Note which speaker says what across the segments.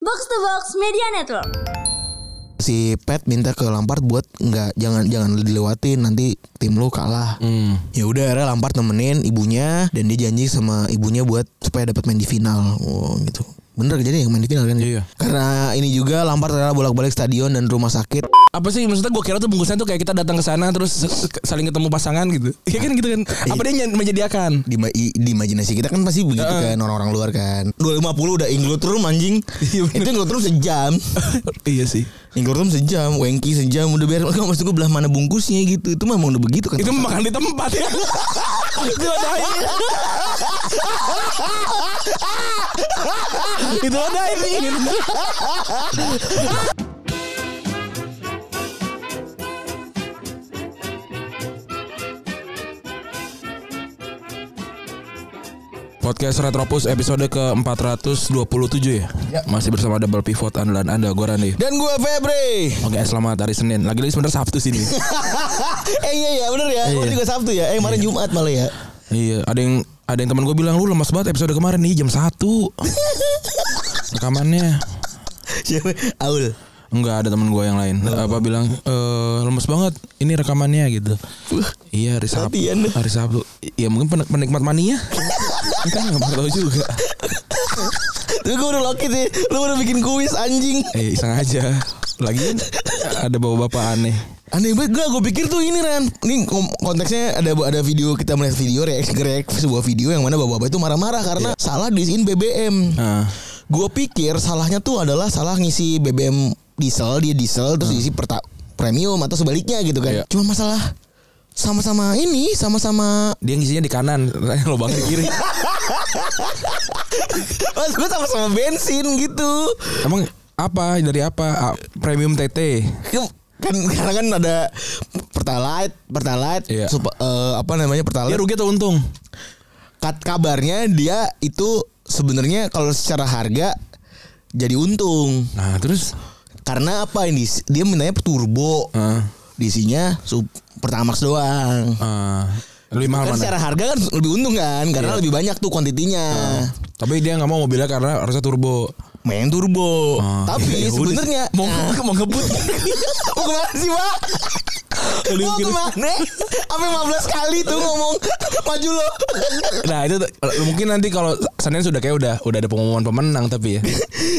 Speaker 1: Box to Box Media Network.
Speaker 2: si Pat minta ke Lampard buat nggak jangan jangan dilewatin nanti tim lu kalah.
Speaker 3: Hmm.
Speaker 2: Ya udah akhirnya Lampard nemenin ibunya dan dia janji sama ibunya buat supaya dapat main di final. Oh gitu. Bener kejadian yang main di final kan?
Speaker 3: Iya.
Speaker 2: Karena ini juga Lampard rela bolak-balik stadion dan rumah sakit.
Speaker 3: Apa sih maksudnya gue kira tuh bungkusan tuh kayak kita datang ke sana terus se- saling ketemu pasangan gitu. Iya kan gitu kan. Apa dia nyen- menyediakan?
Speaker 2: Di, ma- i- di imajinasi kita kan pasti begitu
Speaker 3: Heeh.
Speaker 2: kan orang-orang luar kan. 250 udah include room anjing.
Speaker 3: Iya, bener.
Speaker 2: Itu include room sejam.
Speaker 3: iya sih.
Speaker 2: include room sejam, Wengki sejam udah biar maksud gue belah mana bungkusnya gitu. Itu memang udah begitu kan.
Speaker 3: Itu makan di tempat ya. itu ada ini. itu ada ini. Podcast Retropus episode ke-427 ya? Masih bersama Double Pivot andalan Anda, gue Randy
Speaker 2: dan gue Febri.
Speaker 3: Oke selamat hari Senin, lagi-lagi sebenarnya Sabtu sih ini
Speaker 2: eh iya ya bener ya. Kemarin
Speaker 3: Iya.
Speaker 2: juga Sabtu ya. Eh kemarin Jumat malah ya.
Speaker 3: Iya, ada yang ada yang teman gue bilang lu lemas banget episode kemarin nih jam 1. Rekamannya
Speaker 2: Siapa? Aul.
Speaker 3: enggak ada teman gue yang lain. Apa bilang eh lemas banget ini rekamannya gitu. iya, hari Sabtu.
Speaker 2: Latihan.
Speaker 3: Hari Sabtu. Ya mungkin pen- penikmat mania. Kita nggak pernah tahu juga.
Speaker 2: Lu gue udah loket sih. Lu udah bikin kuis anjing.
Speaker 3: Eh, iseng aja. Lagian ada bawa bapak aneh.
Speaker 2: Eh, Aneh banget gak gue pikir tuh ini Ran Ini kom- konteksnya ada ada video kita melihat video reaksi reaksi sebuah video yang mana bapak-bapak itu marah-marah karena salah diisiin BBM
Speaker 3: Nah,
Speaker 2: Gue pikir salahnya tuh adalah salah ngisi BBM diesel dia diesel terus diisi perta premium atau sebaliknya gitu kan
Speaker 3: Iya.
Speaker 2: Cuma masalah sama-sama ini sama-sama
Speaker 3: dia ngisinya di kanan, lubang di kiri.
Speaker 2: Maksud gue sama-sama bensin gitu
Speaker 3: Emang apa dari apa? Ah, premium TT.
Speaker 2: kan karena kan ada pertalite pertalite
Speaker 3: Iya.
Speaker 2: sup- eh, apa namanya
Speaker 3: Dia
Speaker 2: pertalite
Speaker 3: rugi atau untung?
Speaker 2: Kat- kabarnya dia itu sebenarnya kalau secara harga jadi untung
Speaker 3: Nah, terus
Speaker 2: karena apa ini dia mintanya turbo
Speaker 3: Heeh.
Speaker 2: diisinya sub pertamax doang
Speaker 3: Eh, lebih
Speaker 2: kan
Speaker 3: mahal mana? Iya.
Speaker 2: secara harga kan lebih untung kan karena lebih banyak tuh kuantitinya
Speaker 3: Ah. Tapi dia nggak mau mobilnya karena harusnya turbo.
Speaker 2: main turbo
Speaker 3: Oh,
Speaker 2: tapi
Speaker 3: iya, udah.
Speaker 2: sebenarnya Ah.
Speaker 3: mau mau ngebut.
Speaker 2: Mau kemana sih pak?
Speaker 3: Aduh,
Speaker 2: Mau
Speaker 3: gini.
Speaker 2: kemana? Sampai 15 kali tuh ngomong Maju lo
Speaker 3: Nah itu tuh, mungkin nanti kalau Senin sudah kayak udah udah ada pengumuman pemenang tapi ya.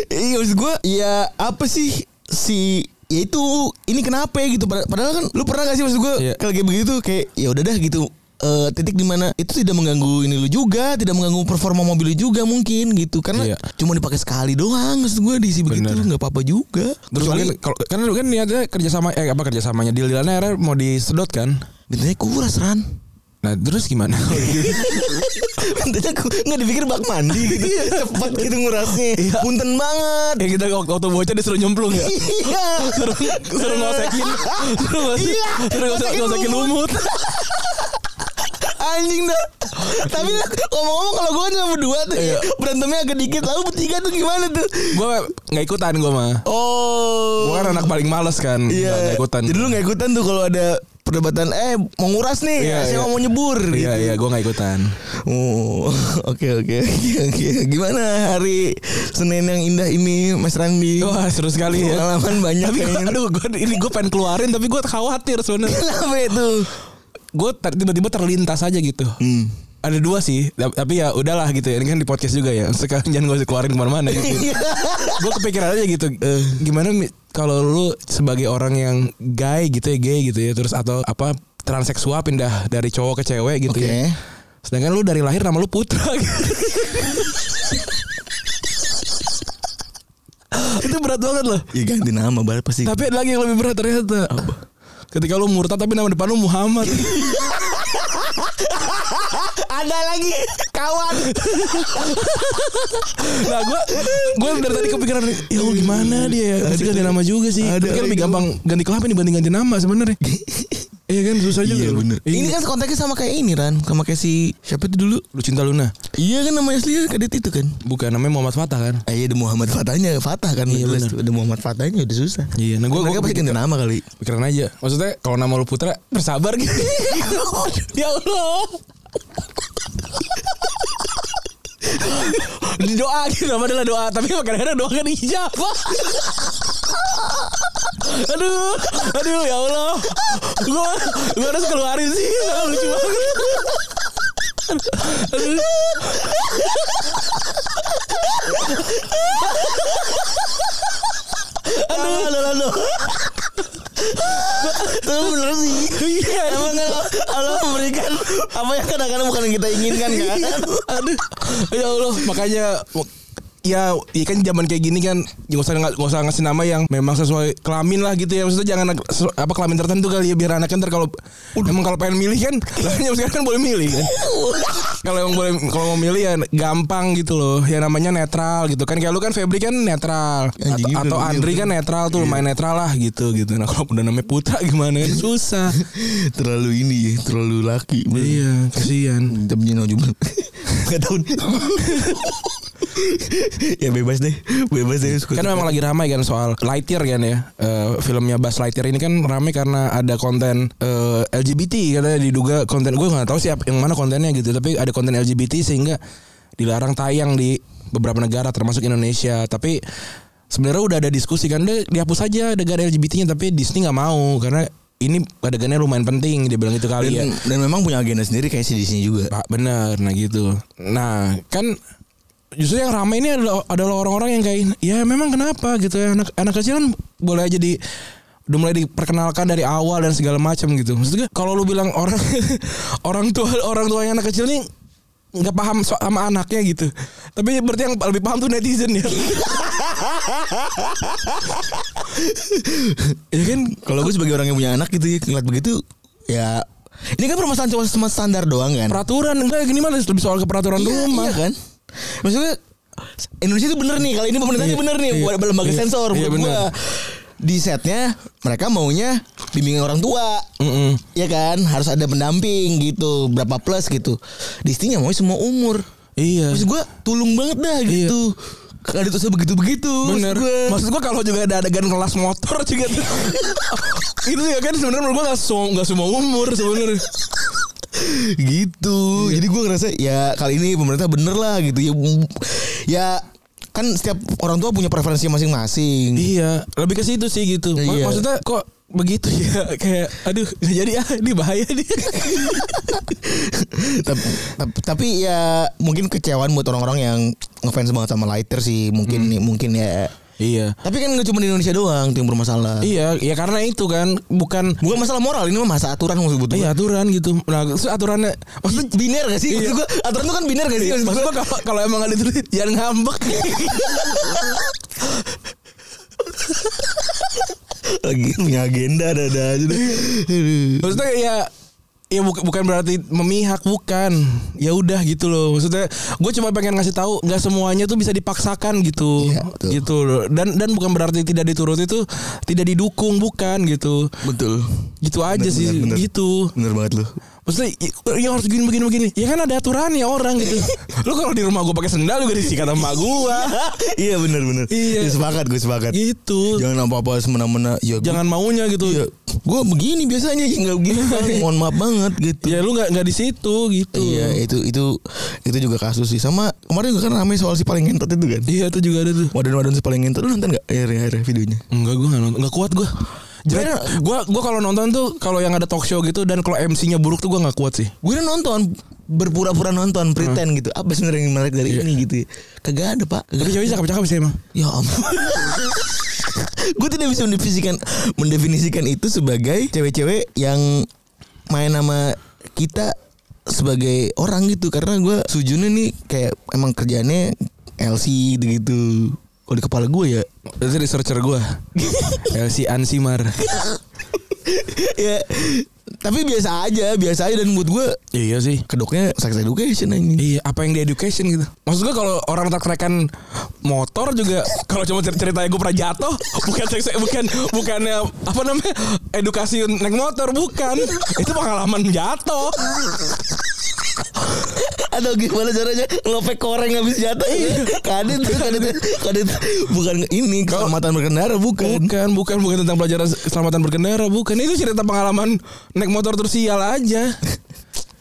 Speaker 2: Iya maksud gue Ya apa sih Si Ya itu Ini kenapa ya gitu Pad- Padahal kan Lu pernah gak sih maksud gue
Speaker 3: Iya.
Speaker 2: Kalau kayak begitu Kayak ya udah dah gitu Eh, titik dimana itu tidak mengganggu ini lu juga tidak mengganggu performa mobil lu juga mungkin gitu karena
Speaker 3: Iya.
Speaker 2: cuma dipakai sekali doang maksud gue diisi begitu
Speaker 3: Bener.
Speaker 2: nggak apa-apa juga
Speaker 3: Terus mungkin kalau kan kan niatnya kerjasama eh apa kerjasamanya deal dealannya akhirnya mau disedot kan.
Speaker 2: bintangnya kuras ran
Speaker 3: Nah terus gimana?
Speaker 2: Bintangnya ku- nggak dipikir bak mandi gitu
Speaker 3: Iya.
Speaker 2: cepet gitu ngurasnya punten banget
Speaker 3: ya kita waktu, waktu bocah disuruh nyemplung ya.
Speaker 2: Iya.
Speaker 3: Suruh suruh ngosekin, suruh ngosekin,
Speaker 2: Iya.
Speaker 3: suruh ngose-
Speaker 2: Ngosekin
Speaker 3: ngosekin lumut.
Speaker 2: Anjing dah. Tapi dah, ngomong-ngomong kalau gue cuma berdua tuh
Speaker 3: Iya.
Speaker 2: berantemnya agak dikit. Lalu bertiga tuh gimana tuh?
Speaker 3: Gue nggak ikutan gue mah.
Speaker 2: Oh.
Speaker 3: Gue kan anak paling males kan.
Speaker 2: Iya.
Speaker 3: Nggak- nggak ikutan.
Speaker 2: Jadi lu nggak ikutan tuh kalau ada perdebatan eh mau nguras nih,
Speaker 3: Iya,
Speaker 2: saya
Speaker 3: iya.
Speaker 2: mau nyebur. gitu.
Speaker 3: Iya iya gue nggak ikutan.
Speaker 2: Oh, oke oke oke oke. Gimana hari Senin yang indah ini, Mas Randi?
Speaker 3: Wah seru sekali ya.
Speaker 2: Pengalaman banyak
Speaker 3: Tapi gua,
Speaker 2: kayaknya.
Speaker 3: aduh, gua, ini gue pengen keluarin tapi gue khawatir sebenarnya.
Speaker 2: Kenapa itu?
Speaker 3: gue tiba-tiba terlintas aja gitu.
Speaker 2: Hmm.
Speaker 3: Ada dua sih, tap- tapi ya udahlah gitu ya. Ini kan di podcast juga ya. Sekarang jangan gue keluarin kemana-mana. Gitu.
Speaker 2: Iya.
Speaker 3: gue kepikiran aja gitu. eh, gimana mi- kalau lu sebagai orang yang gay gitu ya, gay gitu ya, terus atau apa transseksual pindah dari cowok ke cewek gitu
Speaker 2: Oke.
Speaker 3: ya. Sedangkan lu dari lahir nama lu Putra. gitu. Itu berat banget loh.
Speaker 2: Ya ganti nama balik pasti.
Speaker 3: Tapi ada lagi yang lebih berat ternyata. Ketika lu murtad tapi nama depan lu Muhammad.
Speaker 2: ada lagi kawan.
Speaker 3: nah, gua gua dari tadi kepikiran, ya Allah, gimana dia ya? Pasti ganti nama juga sih.
Speaker 2: Ada
Speaker 3: Tapi kan lebih
Speaker 2: lagi.
Speaker 3: gampang ganti kelamin dibanding ganti nama sebenarnya. Iya kan susah juga.
Speaker 2: Iya
Speaker 3: loh.
Speaker 2: bener.
Speaker 3: Iya.
Speaker 2: Ini kan konteksnya sama kayak ini Ran, sama kayak si siapa itu dulu?
Speaker 3: lu cinta Luna.
Speaker 2: Iya kan namanya aslinya kadet itu kan.
Speaker 3: Bukan namanya Muhammad Fatah kan?
Speaker 2: Ah, iya ada Muhammad Fatahnya, Fatah kan iya,
Speaker 3: benar.
Speaker 2: jelas. Ada Muhammad Fatahnya udah susah.
Speaker 3: Iya, nah gua-
Speaker 2: Mereka
Speaker 3: gua-
Speaker 2: pasti ganti nama kali.
Speaker 3: Pikiran aja. Maksudnya kalau nama lu Putra, bersabar gitu.
Speaker 2: Ya
Speaker 3: ya Allah. Di doa gitu namanya adalah doa tapi emang kadang-kadang doa kan ijabah aduh aduh ya Allah gua gua harus keluarin sih lucu banget Aduh.
Speaker 2: Aduh, aduh, aduh. Itu bener sih
Speaker 3: Iya,
Speaker 2: Emang kalau Allah memberikan kan. Apa yang kadang-kadang bukan yang kita inginkan kan
Speaker 3: Aduh, ya Allah, makanya ya, ya kan zaman kayak gini kan ya nggak usah nggak usah ngasih nama yang memang sesuai kelamin lah gitu ya maksudnya jangan sesu- apa kelamin tertentu kali ya biar anaknya ntar kalau emang kalau pengen milih kan lah zaman sekarang kan boleh milih kan kalau emang boleh kalau mau milih ya gampang gitu loh ya namanya netral gitu kan kayak lu kan Febri kan netral atau,
Speaker 2: Anjing,
Speaker 3: atau
Speaker 2: udah
Speaker 3: Andri kan netral tuh lumayan netral lah gitu gitu nah kalau udah namanya Putra gimana kan susah
Speaker 2: Terlalu ini ya Terlalu laki
Speaker 3: iya kasihan
Speaker 2: Tapi Jino juga Gak tau nih. Ya bebas deh Bebas deh suka
Speaker 3: Kan memang lagi ramai kan soal Lightyear kan ya. Eh, filmnya Buzz Lightyear ini kan ramai karena ada konten eh, LGBT katanya diduga konten gue nggak tahu sih apa- yang mana kontennya gitu, tapi ada konten LGBT sehingga dilarang tayang di beberapa negara termasuk Indonesia. Tapi sebenarnya udah ada diskusi kan "Deh, dihapus aja adegan LGBT-nya tapi Disney nggak mau karena ini adegannya lumayan penting dia bilang gitu
Speaker 2: dan,
Speaker 3: kali ya.
Speaker 2: dan memang punya agenda sendiri kayak si di sini juga
Speaker 3: Pak benar nah gitu. Nah, kan justru yang ramai ini adalah adalah orang-orang yang kayak ya memang kenapa gitu ya anak anak kecil kan boleh aja di udah mulai diperkenalkan dari awal dan segala macam gitu. Maksudnya kalau lu bilang orang orang tua orang tuanya anak kecil nih nggak paham so- sama anaknya gitu. Tapi berarti yang lebih paham tuh netizen ya.
Speaker 2: ya kan kalau gue sebagai orang yang punya anak gitu ya ngeliat begitu ya ini kan permasalahan cuma cuma standar doang kan
Speaker 3: Peraturan enggak gini mana lebih soal keperaturan
Speaker 2: Iya,
Speaker 3: rumah.
Speaker 2: iya kan maksudnya Indonesia itu bener nih kalau ini pemerintahnya
Speaker 3: Iya,
Speaker 2: bener nih
Speaker 3: iya,
Speaker 2: buat lembaga
Speaker 3: iya,
Speaker 2: sensor
Speaker 3: iya,
Speaker 2: buat
Speaker 3: bener.
Speaker 2: gua. di setnya mereka maunya bimbingan orang tua
Speaker 3: Mm-mm.
Speaker 2: ya kan harus ada pendamping gitu berapa plus gitu Disney-nya mau semua umur
Speaker 3: Iya.
Speaker 2: maksud gue tulung banget dah gitu Kagak ada usah begitu-begitu
Speaker 3: Bener.
Speaker 2: maksud gua.
Speaker 3: Maksud gua kalau juga ada adegan kelas motor juga tuh. itu ya kan sebenarnya menurut gua gak semua nggak semua umur sebenarnya.
Speaker 2: gitu
Speaker 3: Iya.
Speaker 2: jadi gue ngerasa ya kali ini pemerintah bener lah gitu ya mm, ya kan setiap orang tua punya preferensi masing-masing
Speaker 3: iya, lebih ke situ sih gitu. Mak-
Speaker 2: Iya.
Speaker 3: Maksudnya kok begitu ya kayak aduh nggak jadi ah ini bahaya nih.
Speaker 2: tapi, tapi, tapi ya mungkin kecewaan buat orang-orang yang ngefans banget sama lighter sih mungkin
Speaker 3: Hmm.
Speaker 2: mungkin ya
Speaker 3: iya.
Speaker 2: tapi kan nggak cuma di Indonesia doang tuh yang bermasalah
Speaker 3: Iya, ya karena itu kan bukan
Speaker 2: bukan masalah moral ini mah masa aturan maksud gue
Speaker 3: Iya aturan gitu. Nah, terus aturannya maksudnya
Speaker 2: biner gak sih maksud
Speaker 3: Iya.
Speaker 2: gua aturan tuh kan biner gak sih
Speaker 3: Iya,
Speaker 2: maksud
Speaker 3: maksud
Speaker 2: gua
Speaker 3: gua kalau kalau emang ada itu jangan ngambek.
Speaker 2: lagi punya agenda ada-ada aja deh. Aduh.
Speaker 3: Maksudnya ya ya bukan bukan berarti memihak bukan. Ya udah gitu loh. Maksudnya gue cuma pengen ngasih tahu nggak semuanya tuh bisa dipaksakan gitu.
Speaker 2: Iya, betul.
Speaker 3: gitu loh. Dan dan bukan berarti tidak dituruti itu tidak didukung bukan gitu.
Speaker 2: betul
Speaker 3: Gitu aja
Speaker 2: Bener,
Speaker 3: sih
Speaker 2: bener, bener.
Speaker 3: gitu.
Speaker 2: bener banget lu
Speaker 3: Maksudnya ya- ya harus begini begini begini. Ya kan ada aturannya orang gitu. Lu kalau di rumah gue pakai sendal juga disikat sama gua.
Speaker 2: iya benar benar. Iya.
Speaker 3: Iya.
Speaker 2: sepakat gue sepakat.
Speaker 3: gitu.
Speaker 2: Jangan apa-apa semena-mena. Ya, gua-
Speaker 3: Jangan maunya gitu.
Speaker 2: Ya, gue begini biasanya ya, nggak begini. Mohon maaf banget gitu.
Speaker 3: Ya lu nggak nggak di situ gitu.
Speaker 2: Iya itu itu itu juga kasus sih sama kemarin juga kan ramai soal si paling ngentot itu kan
Speaker 3: Iya itu juga ada tuh.
Speaker 2: Wadon-wadon si paling ngentot Lu nonton gak akhirnya-akhirnya videonya
Speaker 3: Enggak gue nggak nonton Nggak kuat gue Jelek Gue gua kalau nonton tuh Kalau yang ada talk show gitu Dan kalau MC-nya buruk tuh gue nggak kuat sih
Speaker 2: Gue udah nonton Berpura-pura nonton Pretend gitu Apa sebenarnya yang menarik dari ini gitu ya. Kagak ada pak Kagak
Speaker 3: Tapi
Speaker 2: ada.
Speaker 3: cewek cakep-cakep sih emang
Speaker 2: Ya ampun Gue tidak bisa mendefinisikan Mendefinisikan itu sebagai Cewek-cewek yang Main sama kita Sebagai orang gitu Karena gue Sujunnya nih Kayak emang kerjaannya LC gitu-gitu Kalau di kepala gue ya
Speaker 3: Itu researcher gue LC Ansimar
Speaker 2: Ya Tapi biasa aja Biasa aja dan mood gue
Speaker 3: Iya sih
Speaker 2: Kedoknya sex education anjing
Speaker 3: Iya apa yang di education gitu Maksud gue kalau orang terkrekan motor juga Kalau cuma cer- ceritanya gue pernah jatuh Bukan seks- bukan bukannya Apa namanya Edukasi naik motor Bukan Itu pengalaman jatuh
Speaker 2: Atau gimana caranya Lopek koreng habis jatuh Kadit Kadit Iya. Kadit Bukan ini Keselamatan berkendara Bukan
Speaker 3: Bukan, bukan, bukan tentang pelajaran keselamatan berkendara, bukan. Itu cerita pengalaman naik motor terus sial aja.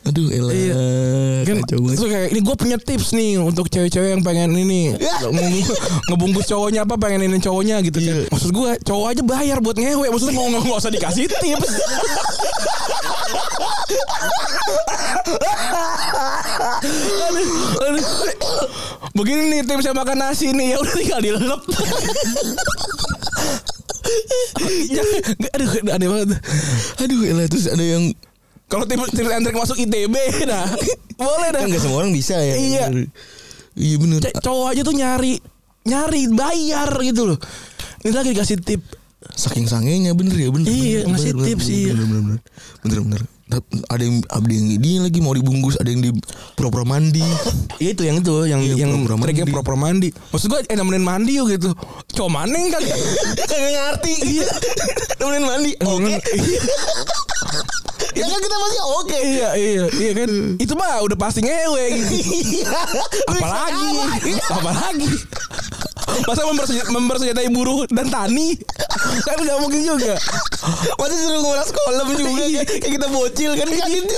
Speaker 2: Aduh elah.
Speaker 3: Iya. Kan,
Speaker 2: Kacau banget.
Speaker 3: terus kayak ini gue punya tips nih untuk cewek-cewek yang pengen ini
Speaker 2: Iya.
Speaker 3: Ngebungkus- ngebungkus cowoknya apa pengen ini cowoknya gitu kan. Maksud gue cowok aja bayar buat ngewe. Maksudnya mau nggak nggak usah dikasih tips. Aduh, aduh. Begini nih tipsnya makan nasi nih ya udah tinggal dilelep. Jangan- aduh aneh banget.
Speaker 2: Iya. Aduh elah terus ada yang
Speaker 3: Kalau tips tips and trick masuk ITB nah boleh dah.
Speaker 2: kan nggak semua orang bisa ya.
Speaker 3: Iya.
Speaker 2: Iya bener.
Speaker 3: C- cowok aja tuh nyari nyari bayar gitu loh. Ini lagi dikasih tip.
Speaker 2: Saking sangenya bener ya bener.
Speaker 3: Iya,
Speaker 2: bener,
Speaker 3: ngasih
Speaker 2: bener,
Speaker 3: tips,
Speaker 2: bener,
Speaker 3: iya.
Speaker 2: Bener bener bener. Bener bener. Tapi Ada yang ada yang ini lagi mau dibungkus, ada yang di pura-pura mandi.
Speaker 3: Ya itu yang itu yang
Speaker 2: Iya,
Speaker 3: yang
Speaker 2: pura-pura mandi.
Speaker 3: triknya pura-pura mandi. Maksud gua eh nemenin mandi yuk gitu. Cowok maning kan kagak ngerti. Iya. nemenin mandi. Oke.
Speaker 2: ya kan kita masih oke. Hmm.
Speaker 3: iya iya iya kan. Itu mah udah pasti ngewe gitu.
Speaker 2: Iya.
Speaker 3: Apalagi Apalagi Masa mempersenj- mempersenjatai buruh dan tani Kan gak mungkin juga
Speaker 2: Masih suruh nguras kolam juga kayak- kayak kita bocil kan kayak gitu.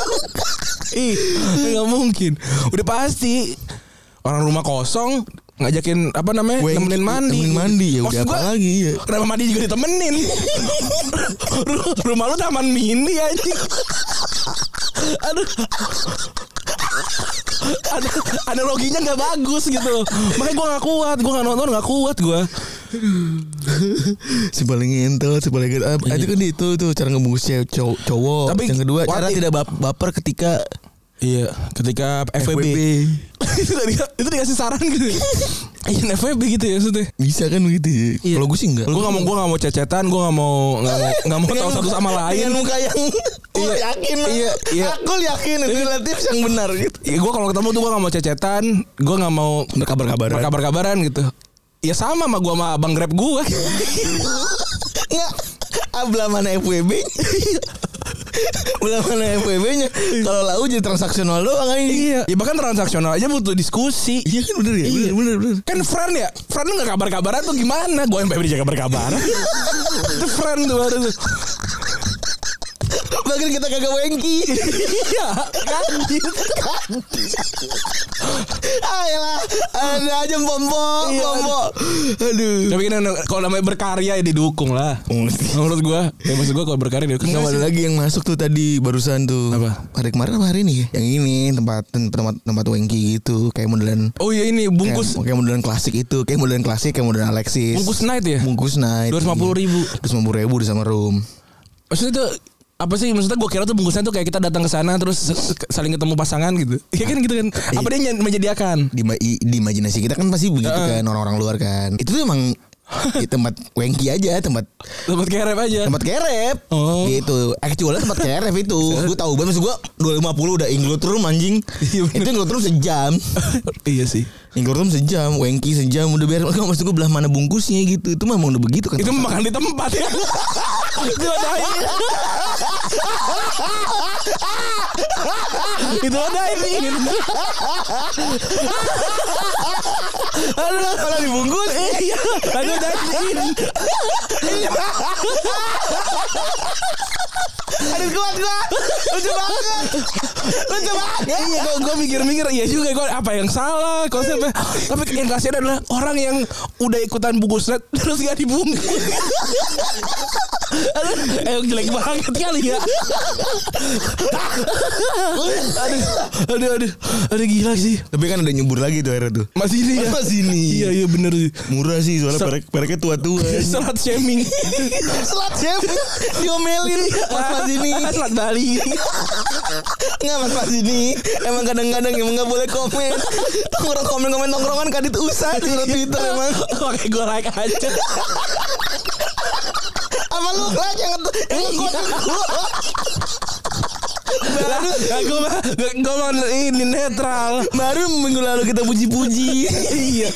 Speaker 3: Iya. Ih gak mungkin Udah pasti Orang rumah kosong Ngajakin apa namanya
Speaker 2: Weng-
Speaker 3: Nemenin mandi
Speaker 2: nemenin mandi, ya
Speaker 3: Maksud
Speaker 2: udah apa
Speaker 3: gua,
Speaker 2: lagi, ya.
Speaker 3: Kenapa mandi juga ditemenin Ru- Rumah lu taman mini ya, anjing Aduh Ada analoginya nggak bagus gitu makanya gua nggak kuat gua nggak nonton nggak kuat gua
Speaker 2: si paling ngentel, si paling gede. Ah, Itu kan itu tuh cara ngebungkus cewek- cow- cowok.
Speaker 3: Iya. Tapi-
Speaker 2: Oh, yang kedua
Speaker 3: what
Speaker 2: cara
Speaker 3: if-
Speaker 2: tidak bap- baper ketika
Speaker 3: Iya, ketika FWB. itu, tadi- itu dikasih saran gitu. Iya, FWB gitu ya maksudnya.
Speaker 2: Bisa kan begitu ya?
Speaker 3: Iya.
Speaker 2: Kalau gue sih enggak.
Speaker 3: Gue gak mau gue gak mau cecetan, gue gak mau gak mau gak
Speaker 2: Iya,
Speaker 3: mau tahu satu sama lain.
Speaker 2: Dengan muka yang gue
Speaker 3: Iya.
Speaker 2: yakin.
Speaker 3: Iya, iya.
Speaker 2: Aku yakin itu tips yang benar gitu.
Speaker 3: Ya, gue kalau ketemu tuh gue gak mau cecetan, gue gak mau
Speaker 2: Berkabar-kabaran.
Speaker 3: berkabar-kabaran gitu. Ya sama sama gue sama abang grab gue.
Speaker 2: Enggak. Abla mana FWB? Abla mana FWB-nya? Kalau lau jadi transaksional doang ini.
Speaker 3: ya bahkan transaksional aja butuh diskusi.
Speaker 2: Iya kan bener ya?
Speaker 3: Iya.
Speaker 2: Bener bener bener.
Speaker 3: Kan friend ya, friend lu gak kabar-kabaran tuh gimana? Gue MPB dia kabar-kabaran. Itu friend tuh baru tuh.
Speaker 2: Bahkan kita kagak wengki.
Speaker 3: Iya, kan gitu.
Speaker 2: Ayolah, Ah, ya ada aja pompok,
Speaker 3: Iya.
Speaker 2: pompok. Aduh.
Speaker 3: Tapi kan kalau namanya berkarya ya didukung lah. Menurut gua, ya maksud gua kalau berkarya didukung.
Speaker 2: Nggak ada lagi yang masuk tuh tadi barusan tuh.
Speaker 3: Apa?
Speaker 2: Hari kemarin apa hari ini? ya? Yang ini tempat tempat tempat wengki gitu, kayak modelan
Speaker 3: Oh iya ini bungkus
Speaker 2: kayak, kayak modelan klasik itu kayak modelan klasik kayak modelan Alexis
Speaker 3: bungkus night ya.
Speaker 2: bungkus naik
Speaker 3: 250.000.
Speaker 2: terus lima ribu di sama room
Speaker 3: Maksudnya itu apa sih maksudnya gua kira tuh bungkusnya tuh kayak kita datang ke sana terus se- se- saling ketemu pasangan gitu. Iya kan gitu kan. Apa dia nyen- menyediakan?
Speaker 2: di, ma- i- di imajinasi kita kan pasti begitu
Speaker 3: Heeh.
Speaker 2: kan orang-orang luar kan itu tuh emang di tempat wengki aja tempat
Speaker 3: Dapat kerep aja.
Speaker 2: tempat kerep
Speaker 3: Oh.
Speaker 2: gitu actualnya tempat kerep itu gue tahu banget maksud gue 250 udah include room anjing
Speaker 3: Iya, bener.
Speaker 2: itu include room sejam
Speaker 3: iya sih.
Speaker 2: include room sejam wengki sejam udah biar maksud gue belah mana bungkusnya gitu itu mah emang udah begitu kan
Speaker 3: Itu makan di tempat ya. itu ada ini. itu ada ini.
Speaker 2: Aduh, malah dibungkus
Speaker 3: Iya, ada daging.
Speaker 2: Aduh kuat gua Lucu banget Lucu banget
Speaker 3: Iya, kalau gue mikir-mikir iya juga gue apa yang salah konsepnya. Tapi yang kasihan adalah orang yang udah ikutan bungkus net terus gak dibungkus. Aduh, eh, jelek banget kali ya. aduh, aduh, aduh, aduh gila sih.
Speaker 2: Tapi kan ada nyebur lagi tuh akhirnya tuh
Speaker 3: Masih ini ya.
Speaker 2: Mas ini.
Speaker 3: Iya, iya bener sih.
Speaker 2: Murah sih soalnya
Speaker 3: Sa-
Speaker 2: perek, pereknya tua-tua
Speaker 3: Selat shaming.
Speaker 2: Selat chef Diomelin Mas Mas ini
Speaker 3: Selat Bali.
Speaker 2: Nggak Mas Mas ini Emang kadang-kadang emang nggak boleh komen Nongkrong komen-komen nongkrongan kadit usah Di surat Twitter emang
Speaker 3: Pakai gue like aja.
Speaker 2: Sama lu lagi yang ngetu- yang ngekuatin gua.
Speaker 3: Gue mah, gue mah ini netral.
Speaker 2: Baru minggu lalu kita puji-puji Iya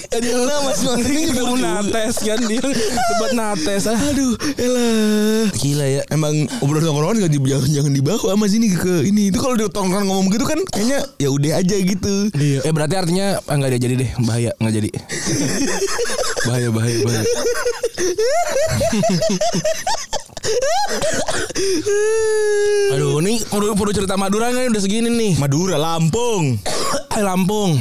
Speaker 2: Nah Mas Mas ini
Speaker 3: Ketemu
Speaker 2: juga-
Speaker 3: nates kan dia debat nates ah.
Speaker 2: Aduh, elah. Gila ya. Emang obrolan tongkrongan gak di, jangan, jangan dibawa sama sini ke, ke ini. Itu kalau di tongkrongan ngomong gitu kan kayaknya ya udah aja gitu.
Speaker 3: Eh berarti artinya ah, nggak dia jadi deh bahaya nggak jadi. bahaya bahaya bahaya. Aduh, ini perlu perlu cerita Madura nih udah segini nih.
Speaker 2: Madura, Lampung.
Speaker 3: Eh, Lampung.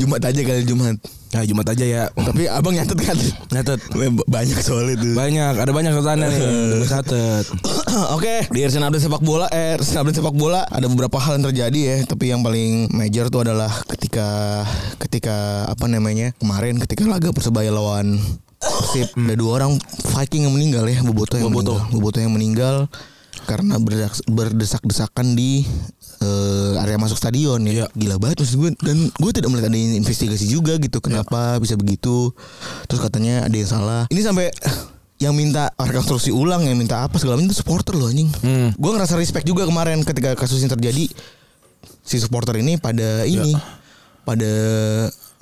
Speaker 2: Jumat aja kali Jumat.
Speaker 3: Nah, Jumat aja ya.
Speaker 2: Tapi abang nyatet kan?
Speaker 3: Nyatet.
Speaker 2: Banyak soal itu.
Speaker 3: Banyak, ada banyak catatannya nih. Gue catet.
Speaker 2: Oke, di Ersin Update sepak bola, eh Ersin Update sepak bola ada beberapa hal yang terjadi ya, tapi yang paling major tuh adalah ketika ketika apa namanya? Kemarin ketika laga Persebaya lawan Persib ada dua orang Viking yang meninggal ya, Boboto yang
Speaker 3: Boboto.
Speaker 2: meninggal. Boboto yang meninggal karena berdesak- berdesak-desakan di eh, area masuk stadion ya.
Speaker 3: Iya.
Speaker 2: Gila banget maksud gue dan gue tidak melihat ada investigasi juga gitu
Speaker 3: Iya.
Speaker 2: kenapa bisa begitu. Terus katanya ada yang salah. Ini sampai yang minta rekonstruksi ulang yang minta apa segala macam itu supporter loh anjing.
Speaker 3: Hmm.
Speaker 2: Gue ngerasa respect juga kemarin ketika kasus ini terjadi si supporter ini pada
Speaker 3: Iya.
Speaker 2: ini pada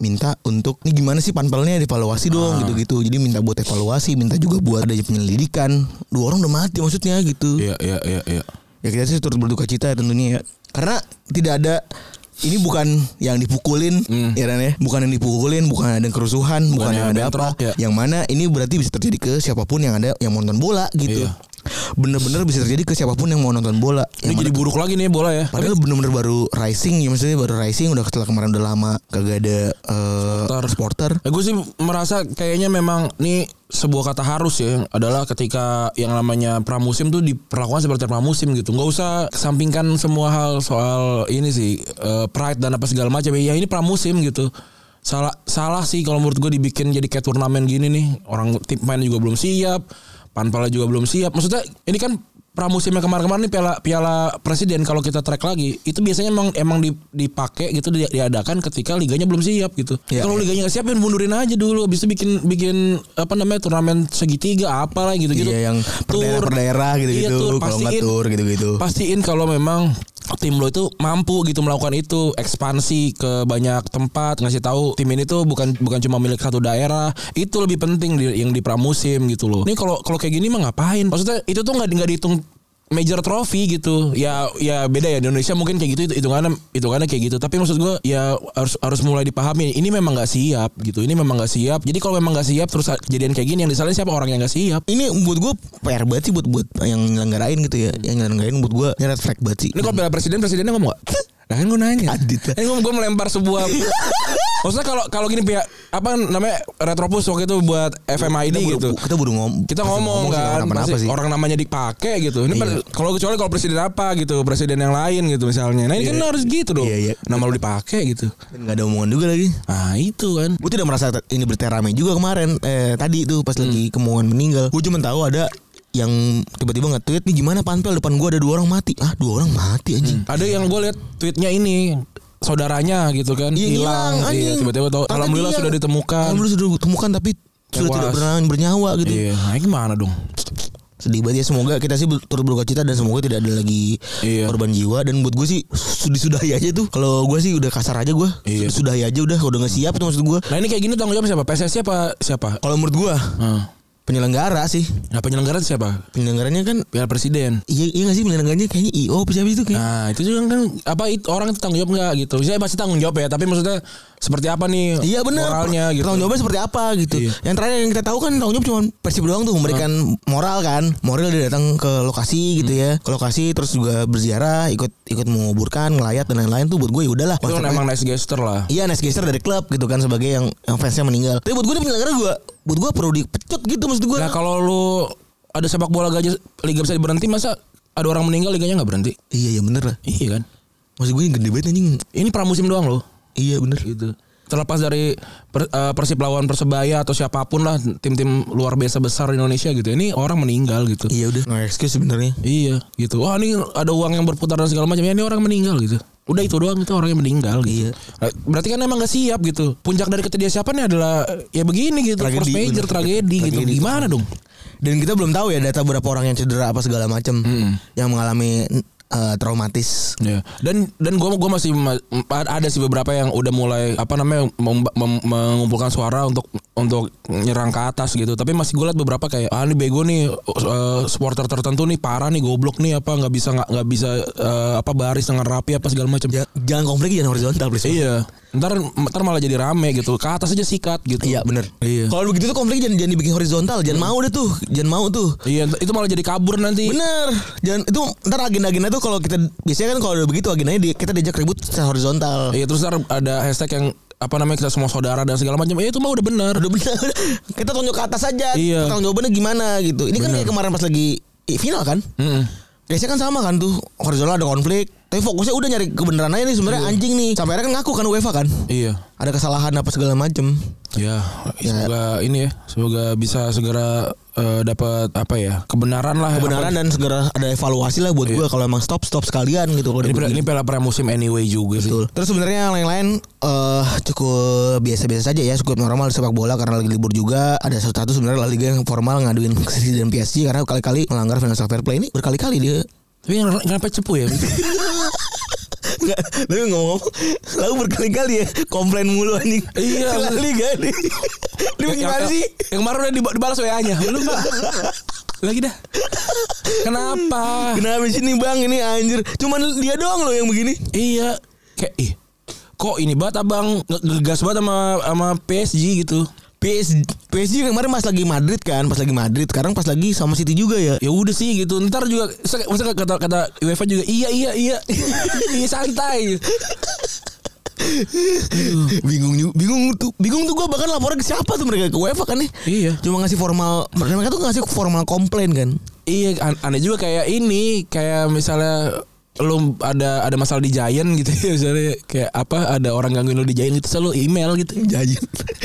Speaker 2: minta untuk ini gimana sih panpelnya dievaluasi
Speaker 3: Ah.
Speaker 2: dong gitu-gitu. Jadi minta buat evaluasi, minta juga buat adanya penyelidikan. Dua orang udah mati maksudnya gitu.
Speaker 3: Iya, iya, iya, iya.
Speaker 2: Ya kita sih turut berduka cita ya tentunya ya. Karena tidak ada ini bukan yang dipukulin
Speaker 3: Hmm.
Speaker 2: ya Ran ya. Bukan yang dipukulin, bukan ada kerusuhan, bukan, yang ada apa.
Speaker 3: bentrok, ya.
Speaker 2: Yang mana ini berarti bisa terjadi ke siapapun yang ada yang mau nonton bola gitu.
Speaker 3: Iya.
Speaker 2: Bener-bener bisa terjadi ke siapapun yang mau nonton bola.
Speaker 3: Ini
Speaker 2: Yang
Speaker 3: jadi
Speaker 2: mana-
Speaker 3: buruk lagi nih bola ya.
Speaker 2: Padahal bener-bener baru rising ya maksudnya baru rising udah setelah kemarin udah lama kagak ada eh,
Speaker 3: Supporter.
Speaker 2: supporter.
Speaker 3: Eh, gue sih merasa kayaknya memang nih sebuah kata harus ya adalah ketika yang namanya pramusim tuh diperlakukan seperti pramusim gitu. Nggak usah kesampingkan semua hal soal ini sih eh, pride dan apa segala macam. Ya ini pramusim gitu. Salah salah sih kalau menurut gue dibikin jadi kayak turnamen gini nih. Orang tim main juga belum siap, panpelnya juga belum siap. Maksudnya ini kan pramusimnya kemarin-kemarin nih piala piala presiden kalau kita track lagi itu biasanya emang emang di- dipakai gitu di- diadakan ketika liganya belum siap gitu.
Speaker 2: Ya,
Speaker 3: kalau
Speaker 2: ya.
Speaker 3: liganya nggak siap ya mundurin aja dulu habis itu bikin bikin apa namanya turnamen segitiga apalah gitu-gitu.
Speaker 2: Iya yang per
Speaker 3: Gitu. Tur.
Speaker 2: daerah per daerah
Speaker 3: Iya,
Speaker 2: gitu-gitu
Speaker 3: tur.
Speaker 2: kalau nggak
Speaker 3: Pastiin-
Speaker 2: tur gitu-gitu.
Speaker 3: Pastiin kalau memang tim lo itu mampu gitu melakukan itu ekspansi ke banyak tempat ngasih tahu tim ini tuh bukan bukan cuma milik satu daerah itu lebih penting di, yang di pramusim gitu loh. Ini kalau kalau kayak gini mah ngapain? Maksudnya itu tuh nggak nggak dihitung major trophy gitu ya ya beda ya di Indonesia mungkin kayak gitu hitungannya hitungannya kayak gitu tapi maksud gue ya harus harus mulai dipahami ini memang nggak siap gitu ini memang nggak siap jadi kalau memang nggak siap terus kejadian kayak gini yang disalahin siapa orang yang nggak siap
Speaker 2: ini buat gue PR banget sih buat buat yang nyelenggarain gitu ya yang nyelenggarain buat gue nyeret flag banget sih
Speaker 3: Ini kalau piala presiden presidennya ngomong gak? Nah kan gue nanya.
Speaker 2: Adit.
Speaker 3: Ini gue gue melempar sebuah. Maksudnya kalau kalau gini pihak apa namanya retropus waktu itu buat FMID
Speaker 2: kita
Speaker 3: gitu.
Speaker 2: buru, kita buru ngom
Speaker 3: Kita
Speaker 2: pasti
Speaker 3: ngomong,
Speaker 2: sih,
Speaker 3: kan
Speaker 2: kenapa-napa
Speaker 3: pasti
Speaker 2: sih.
Speaker 3: orang namanya dipakai gitu. Ini
Speaker 2: Iya.
Speaker 3: pada- kalau kecuali kalau presiden apa gitu, presiden yang lain gitu misalnya. Nah ini kan harus gitu dong.
Speaker 2: Iya, iya.
Speaker 3: Nama lu dipakai gitu.
Speaker 2: nggak ada omongan juga lagi
Speaker 3: Nah itu kan.
Speaker 2: gue tidak merasa te- ini berita rame juga kemarin eh tadi itu pas lagi
Speaker 3: Hmm.
Speaker 2: kemauan meninggal gue cuma tahu ada yang tiba-tiba nge-tweet nih gimana panpel depan gue ada dua orang mati ah dua orang mati anjing
Speaker 3: Ada yang gue lihat tweetnya ini saudaranya gitu kan
Speaker 2: Iya,
Speaker 3: hilang, iya,
Speaker 2: anjing.
Speaker 3: tiba-tiba tahu
Speaker 2: Padahal
Speaker 3: alhamdulillah
Speaker 2: dia-
Speaker 3: sudah ditemukan
Speaker 2: alhamdulillah sudah ditemukan tapi sudah
Speaker 3: Tewas.
Speaker 2: tidak pernah bernyawa gitu
Speaker 3: iya nah, gimana dong
Speaker 2: sedih banget ya semoga kita sih ber- turut berduka cita dan semoga tidak ada lagi
Speaker 3: Iya.
Speaker 2: korban jiwa dan buat gue sih sud- disudahi aja tuh kalau gue sih udah kasar aja gue
Speaker 3: Iya.
Speaker 2: Sud- sudahi aja udah udah nggak siap tuh maksud gue
Speaker 3: nah ini kayak gini tanggung jawab siapa PSSI apa siapa
Speaker 2: kalau menurut gue
Speaker 3: Heeh.
Speaker 2: penyelenggara sih
Speaker 3: Nah penyelenggara itu siapa?
Speaker 2: penyelenggaranya kan
Speaker 3: Piala Presiden.
Speaker 2: iya iya gak sih penyelenggaranya kayaknya io apa siapa itu kayak
Speaker 3: Nah itu juga kan apa itu orang itu tanggung jawab nggak gitu? Saya pasti tanggung jawab ya, tapi maksudnya seperti apa nih?
Speaker 2: Iya benar.
Speaker 3: Nah, Moralnya gitu.
Speaker 2: Tanggung jawabnya seperti apa gitu.
Speaker 3: Iya. Nah.
Speaker 2: Yang terakhir yang kita tahu kan tanggung jawab cuma Persib doang tuh memberikan moral kan. Moral dia datang ke lokasi gitu
Speaker 3: Hmm.
Speaker 2: ya. Ke lokasi terus juga berziarah, ikut ikut menguburkan, ngelayat dan lain-lain tuh buat gue ya udahlah.
Speaker 3: itu kan
Speaker 2: Konsepnya-
Speaker 3: emang nice gesture lah.
Speaker 2: Iya nice gesture dari klub gitu kan sebagai yang, yang fansnya meninggal. Tapi buat gue ini penyelenggara gue, buat gue perlu dipecut gitu maksud gue.
Speaker 3: Nah kalau lu ada sepak bola gajah liga bisa berhenti masa ada orang meninggal liganya nggak berhenti?
Speaker 2: iya iya bener lah.
Speaker 3: Iya kan?
Speaker 2: Maksud gue ini gede banget anjing.
Speaker 3: Ini pramusim doang loh.
Speaker 2: Iya bener.
Speaker 3: Gitu. Terlepas dari per- eh, Persib lawan Persebaya atau siapapun lah tim-tim luar biasa besar di Indonesia gitu. Ini orang meninggal gitu.
Speaker 2: Iya udah. No excuse sebenarnya.
Speaker 3: Iya gitu. Wah ini ada uang yang berputar dan segala macam. Ya ini orang meninggal gitu. Udah itu doang itu orang yang meninggal gitu.
Speaker 2: Iya.
Speaker 3: Nah, Berarti kan emang gak siap gitu. Puncak dari ketidaksiapan adalah ya begini gitu.
Speaker 2: Tragedi,
Speaker 3: Force
Speaker 2: bener.
Speaker 3: major tragedi, gitu.
Speaker 2: Tragedi.
Speaker 3: Gimana dong?
Speaker 2: Dan kita belum tahu ya data berapa orang yang cedera apa segala macem yang mengalami eh, traumatis.
Speaker 3: Ya. Dan dan gua gua masih ma- ada sih beberapa yang udah mulai apa namanya mem- mem- mengumpulkan suara untuk untuk nyerang ke atas gitu. Tapi masih gue liat beberapa kayak ah ini bego nih eh, supporter tertentu nih parah nih goblok nih apa nggak bisa nggak nggak bisa eh, apa baris dengan rapi apa segala macam.
Speaker 2: Ya, Ja- Jangan konflik jangan horizontal please.
Speaker 3: Iya. Ntar, ntar malah jadi rame gitu. Ke atas aja sikat gitu.
Speaker 2: Iya bener
Speaker 3: Iya.
Speaker 2: Kalau begitu tuh konflik jangan, jangan dibikin horizontal Jangan mau deh tuh Jangan mau tuh
Speaker 3: Iya, ntar- itu malah jadi kabur nanti.
Speaker 2: Bener Jangan itu ntar agenda-agenda tuh kalau kita Biasanya kan kalau udah begitu agendanya di- kita diajak ribut secara horizontal
Speaker 3: Iya, terus ntar ada hashtag yang apa namanya kita semua saudara dan segala macam. Eh itu mah udah bener.
Speaker 2: Udah bener Kita tunjuk ke atas aja
Speaker 3: Iya.
Speaker 2: Tanggung jawabannya gimana gitu Ini kan kayak kemarin pas lagi eh, final kan
Speaker 3: Mm-mm.
Speaker 2: Biasanya kan sama kan tuh horizontal ada konflik, tapi fokusnya udah nyari kebenaran aja nih sebenarnya anjing nih. Sampai akhirnya kan ngaku kan UEFA kan.
Speaker 3: Iya.
Speaker 2: Ada kesalahan apa segala macem
Speaker 3: Ya, semoga ini ya, semoga bisa segera eh, dapat apa ya kebenaran lah.
Speaker 2: Kebenaran
Speaker 3: Apa-
Speaker 2: dan segera ada evaluasi lah buat gua kalau emang stop stop sekalian gitu kalau
Speaker 3: ini,
Speaker 2: udah begini.
Speaker 3: ini piala pramusim anyway juga sih.
Speaker 2: Betul. Terus sebenarnya yang lain-lain eh cukup biasa-biasa saja ya, cukup normal di sepak bola karena lagi libur juga. Ada satu sebenarnya La Liga yang formal ngaduin ke City dan PSG karena kali-kali melanggar financial fair play ini berkali-kali dia.
Speaker 3: Tapi yang- kenapa cepu ya?
Speaker 2: Enggak, tapi ngomong-ngomong, lalu berkali-kali ya komplain mulu anjing.
Speaker 3: Iya.
Speaker 2: La Liga nih. Ini
Speaker 3: Yang-
Speaker 2: gimana
Speaker 3: yang-
Speaker 2: sih?
Speaker 3: Yang kemarin udah dib- dibalas WA-nya. Belum, Pak. Lagi dah. Kenapa?
Speaker 2: Kenapa sih nih bang ini anjir Cuman dia doang loh yang begini
Speaker 3: Iya. Kayak ih. Kok ini banget Abang nge- ngegas banget sama sama PSG gitu.
Speaker 2: PSG, PSG kemarin pas lagi Madrid kan Pas lagi Madrid Sekarang pas lagi sama City juga ya
Speaker 3: Ya udah sih gitu. Ntar juga masa masa kata kata UEFA juga iya iya iya. iya santai.
Speaker 2: Bingung juga Bingung tuh Bingung tuh gue bahkan laporan ke siapa tuh mereka Ke UEFA kan nih
Speaker 3: Iya.
Speaker 2: Cuma ngasih formal Mereka tuh ngasih formal komplain kan
Speaker 3: Iya an- aneh juga kayak ini kayak misalnya lu ada ada masalah di Giant gitu ya misalnya kayak apa ada orang gangguin lu di Giant gitu selalu email gitu
Speaker 2: Jajan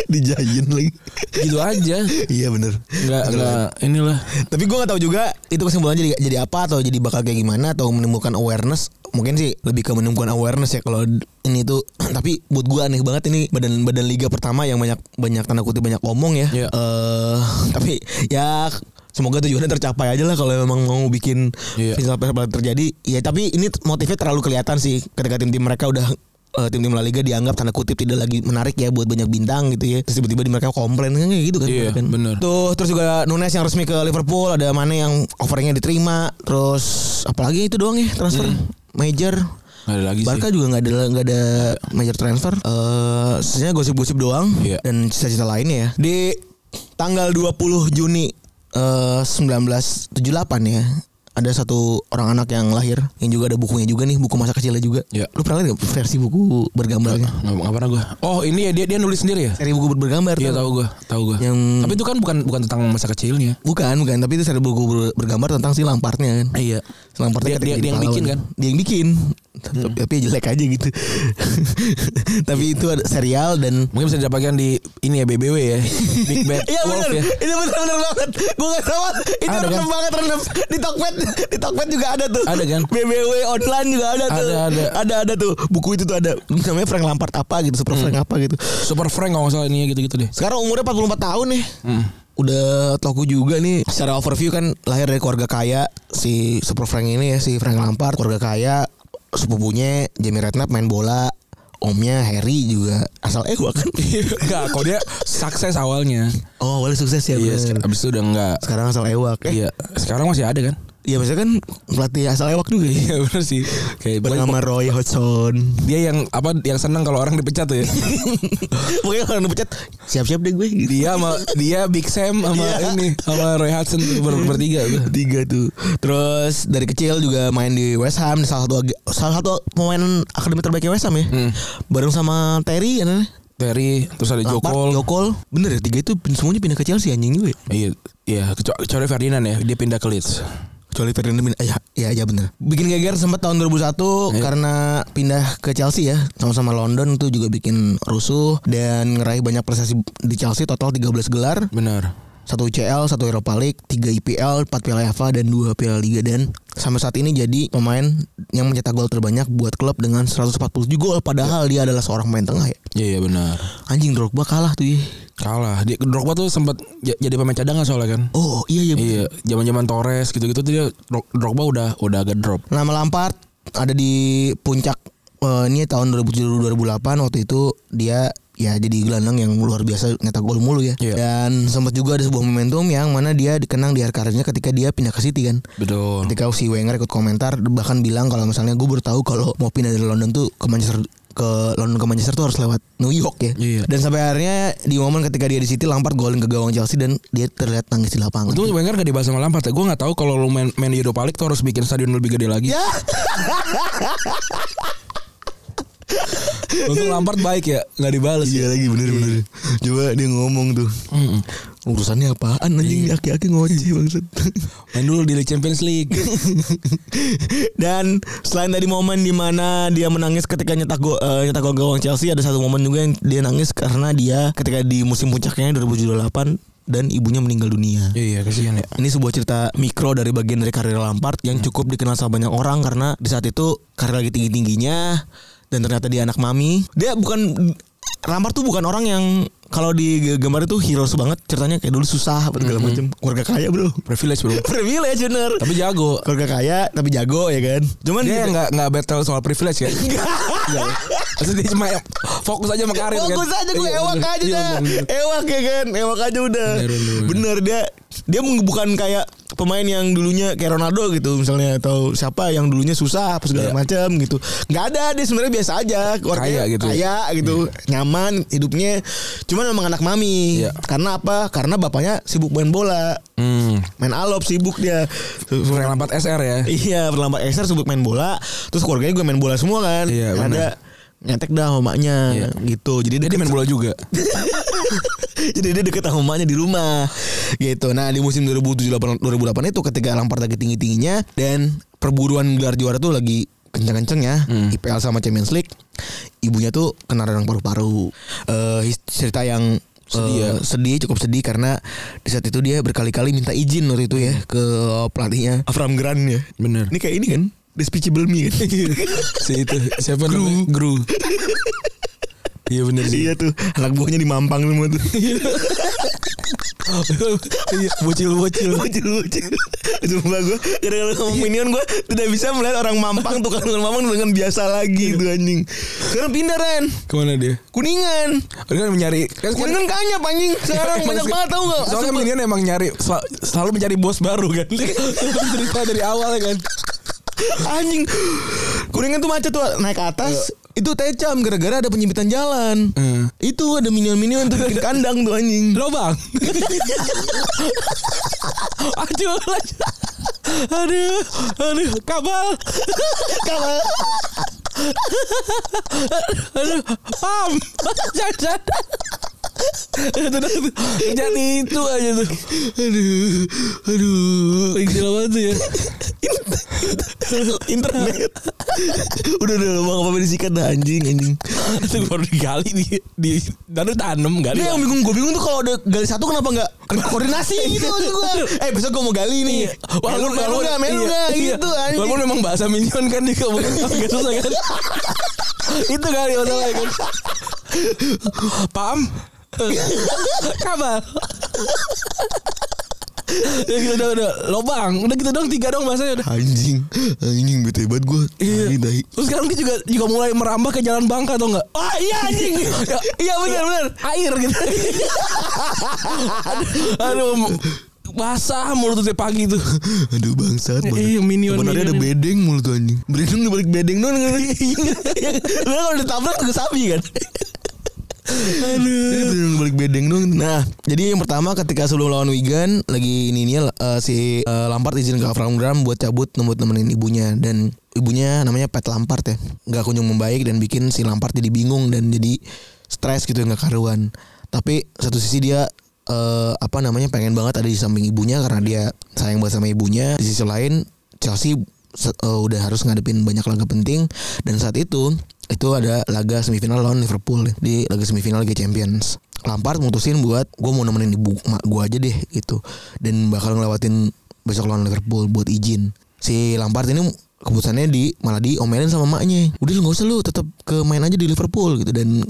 Speaker 2: Dijajan lagi
Speaker 3: gitu aja
Speaker 2: Iya bener
Speaker 3: nggak nggak inilah
Speaker 2: Tapi gue gak tahu juga Itu kesimpulannya jadi, jadi apa Atau jadi bakal kayak gimana Atau menimbulkan awareness Mungkin sih lebih ke menimbulkan awareness ya Kalau ini tuh Tapi buat gue aneh banget ini Badan badan liga pertama yang banyak Banyak tanda kutip banyak omong ya
Speaker 3: Iya.
Speaker 2: eh Tapi ya Semoga tujuannya tercapai aja lah kalau memang mau bikin
Speaker 3: Iya.
Speaker 2: final fair play terjadi. Ya tapi ini motifnya terlalu kelihatan sih ketika tim-tim mereka udah eh, tim-tim La Liga dianggap tanda kutip tidak lagi menarik ya buat banyak bintang gitu ya. Terus tiba-tiba di mereka komplain kan kayak gitu kan.
Speaker 3: Iya,
Speaker 2: kan.
Speaker 3: bener.
Speaker 2: Tuh terus juga Nunes yang resmi ke Liverpool ada Mane yang offeringnya diterima terus apalagi itu doang ya transfer major
Speaker 3: Hmm. nggak ada lagi
Speaker 2: Barca
Speaker 3: sih
Speaker 2: juga nggak ada nggak ada major transfer eh sebenarnya gosip-gosip doang
Speaker 3: Iya.
Speaker 2: dan cita-cita lainnya ya di tanggal 20 Juni eh 1978 ya ada satu orang anak yang lahir yang juga ada bukunya juga nih buku masa kecilnya juga
Speaker 3: Iya.
Speaker 2: lu pernah lihat nggak versi buku bergambarnya
Speaker 3: nggak nggak pernah gue oh ini ya dia dia nulis sendiri ya
Speaker 2: seri buku bergambar
Speaker 3: iya
Speaker 2: tuh.
Speaker 3: tahu gue tahu gue
Speaker 2: Yang-
Speaker 3: tapi itu kan bukan bukan tentang masa kecilnya
Speaker 2: bukan bukan tapi itu seri buku ber- bergambar tentang si lampartnya kan
Speaker 3: iya
Speaker 2: Selampartnya
Speaker 3: Dia- dia- dia yang bikin kan? Hmm.
Speaker 2: Dia yang bikin. Tapi, tapi jelek aja gitu. tapi itu ada serial dan
Speaker 3: mungkin bisa didapatkan di ini ya BBW ya Big Bad
Speaker 2: Iya
Speaker 3: Wolf
Speaker 2: benar,
Speaker 3: ya
Speaker 2: itu benar-benar banget. Gue gak salah. Itu
Speaker 3: Ada
Speaker 2: ada
Speaker 3: kan?
Speaker 2: banget rendam di Tokped, di Tokped juga ada tuh.
Speaker 3: Ada kan?
Speaker 2: BBW online juga ada, tuh.
Speaker 3: Ada, ada.
Speaker 2: ada, ada tuh. Buku itu tuh ada. Namanya Frank Lampard apa gitu, Super
Speaker 3: Hmm.
Speaker 2: Frank apa gitu.
Speaker 3: Super Frank kalau nggak salah ini ya gitu gitu deh
Speaker 2: Sekarang umurnya 44 tahun nih.
Speaker 3: Hmm.
Speaker 2: Udah toko juga nih Secara overview kan Lahir dari keluarga kaya Si Super Frank ini ya Si Frank Lampard Keluarga kaya Sepupunya Jamie Redknapp main bola Omnya Harry juga Asal Ewa kan
Speaker 3: Enggak, kalau dia sukses awalnya.
Speaker 2: Oh boleh sukses ya
Speaker 3: Iya,
Speaker 2: bener.
Speaker 3: abis itu udah enggak.
Speaker 2: Sekarang asal Ewak eh,
Speaker 3: Iya, sekarang masih ada kan?
Speaker 2: Iya maksudnya kan Pelatih asal Ewak juga ya
Speaker 3: Iya benar sih. Kayak
Speaker 2: Bernama Roy Hodgson
Speaker 3: dia yang apa yang senang kalau orang dipecat tuh ya.
Speaker 2: Pokoknya orang dipecat Siap-siap deh gue gitu.
Speaker 3: dia sama dia Big Sam sama
Speaker 2: Iya.
Speaker 3: ini sama Roy Hudson tuh ber bertiga tuh.
Speaker 2: Tiga tuh Terus dari kecil juga main di West Ham Salah satu ag- salah satu pemain akademi terbaiknya West Ham ya
Speaker 3: Hmm.
Speaker 2: Bareng sama Terry kan
Speaker 3: Terry, terus ada
Speaker 2: Lampard,
Speaker 3: Jokol.
Speaker 2: Eh, Jokol. Bener ya tiga itu pin- semuanya pindah ke Chelsea anjing juga. ya?
Speaker 3: Iya, iya kecuali, kecuali Ferdinand ya, dia pindah ke Leeds.
Speaker 2: Kecuali Ferdinand pindah. Ya, ya, ya bener. Bikin geger sempat tahun 2001
Speaker 3: Iya.
Speaker 2: karena pindah ke Chelsea ya. Sama-sama London itu juga bikin rusuh dan ngeraih banyak prestasi di Chelsea total 13 gelar,
Speaker 3: Benar.
Speaker 2: satu UCL, satu Europa League, 3 IPL, 4 Piala FA dan 2 Piala Liga dan sampai saat ini jadi pemain yang mencetak gol terbanyak buat klub dengan 147 gol padahal dia adalah seorang pemain tengah ya.
Speaker 3: Iya, iya benar.
Speaker 2: Anjing Drogba kalah tuh ya.
Speaker 3: Kalah. Dia Drogba tuh sempat j- jadi pemain cadangan soalnya kan.
Speaker 2: Oh, iya iya. bener.
Speaker 3: Iya, zaman-zaman Torres gitu-gitu tuh dia Dro- Drogba udah udah agak drop.
Speaker 2: Nama Lampard ada di puncak eh, ini tahun 2007-2008 waktu itu dia ya jadi gelandang yang luar biasa nyetak gol mulu ya.
Speaker 3: Iya.
Speaker 2: Dan sempat juga ada sebuah momentum yang mana dia dikenang di akhir karirnya ketika dia pindah ke City kan.
Speaker 3: Betul.
Speaker 2: Ketika si Wenger ikut komentar bahkan bilang kalau misalnya gue baru tahu kalau mau pindah dari London tuh ke Manchester ke London ke Manchester tuh harus lewat New York ya.
Speaker 3: Iya.
Speaker 2: Dan sampai akhirnya di momen ketika dia di City Lampard golin ke gawang Chelsea dan dia terlihat nangis di lapangan.
Speaker 3: Itu Wenger gak dibahas sama Lampard ya. Gue gak tahu kalau lu main, main Europa League tuh harus bikin stadion lebih gede lagi.
Speaker 2: Ya.
Speaker 3: Untuk Lampard baik ya, gak dibales.
Speaker 2: Iya lagi bener-bener. Coba dia ngomong tuh. Urusannya apaan anjing aki-aki ngoci bangsat.
Speaker 3: Main dulu di Liga Champions League.
Speaker 2: Dan selain dari momen dimana dia menangis ketika nyetak gol eh, nyetak gol gawang Chelsea ada satu momen juga yang dia nangis karena dia ketika di musim puncaknya 2008 dan ibunya meninggal dunia.
Speaker 3: iya, kasihan ya.
Speaker 2: Ini sebuah cerita mikro dari bagian dari karir Lampard yang cukup dikenal sama banyak orang karena di saat itu karir lagi tinggi-tingginya dan ternyata dia anak mami. Dia bukan Lampard tuh bukan orang yang kalau di gambar itu heroes banget ceritanya kayak dulu susah apa segala macam keluarga kaya bro
Speaker 3: Privilege bro.
Speaker 2: privilege bener
Speaker 3: Tapi jago.
Speaker 2: keluarga kaya tapi jago ya kan cuman
Speaker 3: Dia
Speaker 2: gitu-
Speaker 3: nggak nggak battle soal privilege kan? Iya. Maksudnya dia cuma ya, fokus aja sama karir kan?
Speaker 2: Fokus aja gue
Speaker 3: Iya,
Speaker 2: ewak
Speaker 3: bener.
Speaker 2: aja
Speaker 3: Iya,
Speaker 2: dah.
Speaker 3: bener.
Speaker 2: Ewak ya kan, ewak aja udah.
Speaker 3: Bener, bener, bener.
Speaker 2: Bener dia dia bukan kayak pemain yang dulunya kayak Ronaldo gitu misalnya atau siapa yang dulunya susah apa segala
Speaker 3: Iya.
Speaker 2: macam gitu. nggak ada dia sebenarnya biasa aja keluarganya
Speaker 3: Kaya gitu.
Speaker 2: Kaya gitu, nyaman hidupnya. Cuman emang anak mami.
Speaker 3: Iya.
Speaker 2: Karena apa? Karena bapaknya sibuk main bola.
Speaker 3: Hmm.
Speaker 2: Main alop sibuk dia.
Speaker 3: Frank Lampard SR ya.
Speaker 2: Iya perlambat Eser sibuk main bola Terus keluarganya gue main bola semua kan
Speaker 3: Iya,
Speaker 2: Yang Ada
Speaker 3: benar.
Speaker 2: nyetek dah mamanya
Speaker 3: Iya.
Speaker 2: gitu jadi
Speaker 3: Jadi
Speaker 2: deket-
Speaker 3: main bola juga.
Speaker 2: jadi dia deket sama mamanya di rumah gitu nah di musim 2007 2008 itu ketika Lampard lagi tinggi tingginya dan perburuan gelar juara tuh lagi kencang kenceng ya
Speaker 3: Hmm.
Speaker 2: IPL sama Champions League ibunya tuh kena radang paru-paru Eh, his- cerita yang
Speaker 3: Sedih ya.
Speaker 2: eh, sedih cukup sedih karena di saat itu dia berkali-kali minta izin waktu itu ya
Speaker 3: Iya.
Speaker 2: ke pelatihnya Avram Grant ya
Speaker 3: Bener.
Speaker 2: ini kayak ini kan Despicable Me kan
Speaker 3: Si itu siapa namanya? Gru. Iya bener sih.
Speaker 2: Iya tuh Anak buahnya di Mampang semua tuh
Speaker 3: Iya, bocil-bocil. Iya.
Speaker 2: Lucu lucu Sumpah gue Gara-gara ngomong Minion gue Tidak bisa melihat orang Mampang Tukang tukang Mampang dengan biasa lagi tuh anjing Sekarang pindah Ren
Speaker 3: Kemana dia?
Speaker 2: Kuningan
Speaker 3: Dia kan mencari kan
Speaker 2: Kuningan kanyap anjing Sekarang banyak banget tau gak
Speaker 3: Soalnya kan Minion emang nyari sel- selalu mencari bos baru kan. Cerita dari awal ya kan.
Speaker 2: Anjing Kuningan tuh macet tuh Naik ke atas
Speaker 3: Iya.
Speaker 2: Itu tecam Gara-gara ada penyempitan jalan
Speaker 3: Hmm.
Speaker 2: Itu ada minion-minion tuh bikin kandang tuh anjing
Speaker 3: Lo bang. aduh, aduh, aduh, kabel,
Speaker 2: Kalau
Speaker 3: aduh, pam, jangan, jangan. Aduh, aduh, Jangan itu aja tuh. Aduh, aduh, gila banget tuh ya.
Speaker 2: Internet Udah udah Bang apa disikat dah anjing anjing
Speaker 3: Itu baru digali di, di, dan tanam gali.
Speaker 2: Dia yang bingung gue bingung tuh kalau udah gali satu kenapa nggak koordinasi gitu maksud gue. Eh besok gue mau gali nih.
Speaker 3: Iya. Walaupun
Speaker 2: Main lu
Speaker 3: walaupun
Speaker 2: nggak, main lu
Speaker 3: iya,
Speaker 2: nggak,
Speaker 3: iya.
Speaker 2: gitu anjing.
Speaker 3: Walaupun memang bahasa minion kan dia nggak mungkin nggak susah kan. Itu kali masalahnya kan. Paham? Kabar. Ya gitu udah, udah lobang udah gitu dong tiga dong bahasanya udah
Speaker 2: Anjing, anjing bete banget gue. Iya. Dahi.
Speaker 3: terus sekarang dia juga juga mulai merambah ke jalan Bangka atau enggak ah iya anjing Ya, iya benar benar air gitu aduh, aduh basah mulut tuh tiap pagi tuh
Speaker 2: Aduh bangsat banget.
Speaker 3: Iya, minion,
Speaker 2: Sebenarnya ada
Speaker 3: minion. Iya.
Speaker 2: bedeng mulu tuh anjing. Bedeng di balik bedeng doang. gitu. Lu kalau ditabrak tuh ke sapi kan. Jadi bedeng di balik bedeng doang. Nah, jadi yang pertama ketika sebelum lawan Wigan lagi ini ininya eh, si eh, Lampard izin ke Avram Graham buat cabut buat nemenin ibunya dan ibunya namanya Pat Lampard ya. Nggak kunjung membaik dan bikin si Lampard jadi bingung dan jadi stres gitu nggak karuan. Tapi satu sisi dia eh, apa namanya pengen banget ada di samping ibunya karena dia sayang banget sama ibunya. Di sisi lain Chelsea se- eh, udah harus ngadepin banyak laga penting dan saat itu itu ada laga semifinal lawan Liverpool ya, di laga semifinal Liga Champions. Lampard mutusin buat gue mau nemenin ibu mak gue aja deh gitu dan bakal ngelewatin besok lawan Liverpool buat izin. Si Lampard ini keputusannya di malah diomelin sama maknya. Udah lu nggak usah lu tetap ke main aja di Liverpool gitu dan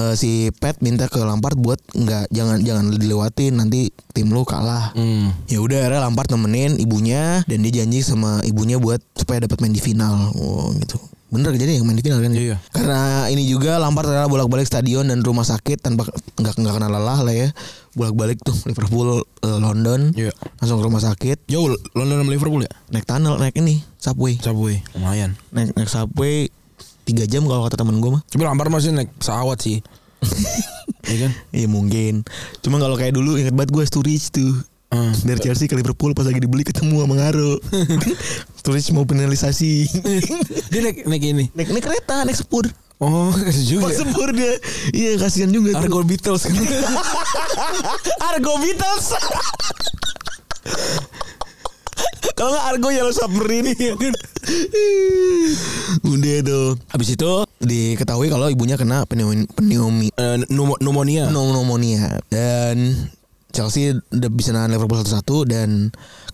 Speaker 2: eh, si Pat minta ke Lampard buat nggak jangan jangan dilewatin nanti tim lu
Speaker 3: Hmm.
Speaker 2: kalah ya udah akhirnya Lampard nemenin ibunya dan dia janji sama ibunya buat supaya dapat main di final oh, gitu bener kejadian yang main di final kan
Speaker 3: Iya.
Speaker 2: karena ini juga Lampard rela bolak-balik stadion dan rumah sakit tanpa nggak nggak kena lelah lah ya bolak-balik tuh Liverpool eh, London
Speaker 3: Iya.
Speaker 2: langsung ke rumah sakit
Speaker 3: jauh London sama Liverpool ya
Speaker 2: naik tunnel naik ini subway
Speaker 3: Subway lumayan
Speaker 2: naik naik subway 3 tiga jam kalau kata temen gue mah
Speaker 3: Tapi Lampard masih naik pesawat sih. Iya kan?
Speaker 2: Iya mungkin Cuma kalau kayak dulu inget banget gue Sturridge tuh
Speaker 3: Hmm.
Speaker 2: Dari Chelsea ke Liverpool pas lagi dibeli ketemu sama Ngaro Sturridge mau penalisasi
Speaker 3: Dia naik naik ini.
Speaker 2: naik, naik kereta, naik sepur
Speaker 3: Oh, kasih juga.
Speaker 2: Pas sepur dia Iya kasihan juga tuh.
Speaker 3: Argo Beatles kan?
Speaker 2: Argo Beatles Kalau nggak Argo Yellow Submarine Iya, kan? Udah tuh Habis itu Diketahui kalau ibunya kena pneum- pneumi
Speaker 3: Eh, pneumo- pneumonia.
Speaker 2: pneumonia dan Chelsea udah bisa nahan Liverpool satu-satu dan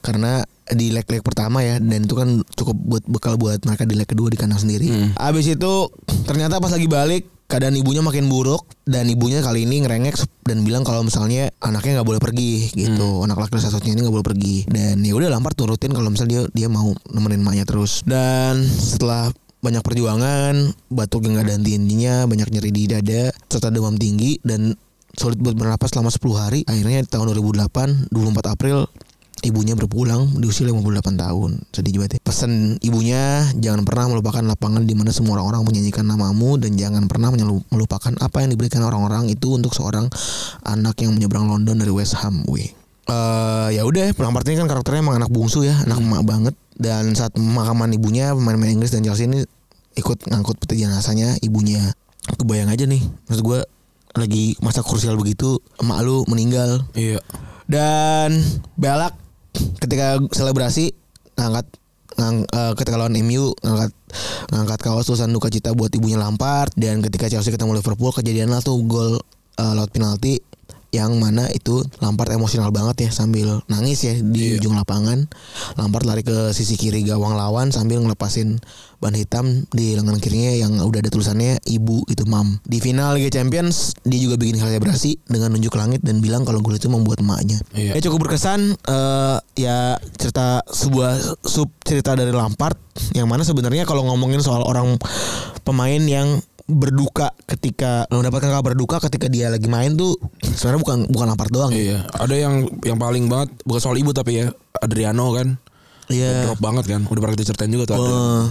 Speaker 2: karena di leg-leg pertama ya dan itu kan cukup buat bekal buat mereka di leg kedua di kandang sendiri. Abis itu ternyata pas lagi balik keadaan ibunya makin buruk dan ibunya kali ini ngerengek dan bilang kalau misalnya anaknya nggak boleh pergi gitu anak laki satunya ini nggak boleh pergi dan ya udah Lampard turutin kalau misalnya dia dia mau nemenin emaknya terus dan setelah banyak perjuangan, batuk yang gak ada henti-hentinya, banyak nyeri di dada, serta demam tinggi dan sulit buat bernapas selama 10 hari. Akhirnya tahun 2008, 24 April ibunya berpulang di usia 58 tahun. Sedih banget ya. Pesan ibunya jangan pernah melupakan lapangan di mana semua orang-orang menyanyikan namamu dan jangan pernah menyelu- melupakan apa yang diberikan orang-orang itu untuk seorang anak yang menyeberang London dari West Ham. Wih. Eh ya udah, Lampard ini kan karakternya emang anak bungsu ya, anak emak banget. Dan saat pemakaman ibunya, pemain-pemain Inggris dan Chelsea ini ikut ngangkut peti jenazahnya ibunya. Kebayang aja nih, maksud gue lagi masa krusial begitu, emak lu meninggal.
Speaker 3: Iya.
Speaker 2: Dan Belak ketika selebrasi ngangkat ngang, eh, ketika lawan MU ngangkat ngangkat kaos tulisan duka cita buat ibunya Lampard dan ketika Chelsea ketemu Liverpool kejadian lah tuh gol eh, laut penalti yang mana itu Lampard emosional banget ya sambil nangis ya di
Speaker 3: Iya.
Speaker 2: ujung lapangan. Lampard lari ke sisi kiri gawang lawan sambil ngelepasin ban hitam di lengan kirinya yang udah ada tulisannya ibu gitu mam. Di final Liga Champions dia juga bikin selebrasi dengan nunjuk ke langit dan bilang kalau gol itu membuat emaknya.
Speaker 3: Iya.
Speaker 2: Ya cukup berkesan eh, ya cerita sebuah sub cerita dari Lampard yang mana sebenarnya kalau ngomongin soal orang pemain yang berduka ketika mendapatkan kabar duka ketika dia lagi main tuh sebenarnya bukan bukan Lampard doang. ya.
Speaker 3: Iya, ada yang yang paling banget bukan soal ibu tapi ya Adriano kan.
Speaker 2: Iya. Oh.
Speaker 3: Drop banget kan. Udah pernah kita ceritain juga tuh. Adriano.
Speaker 2: Wah,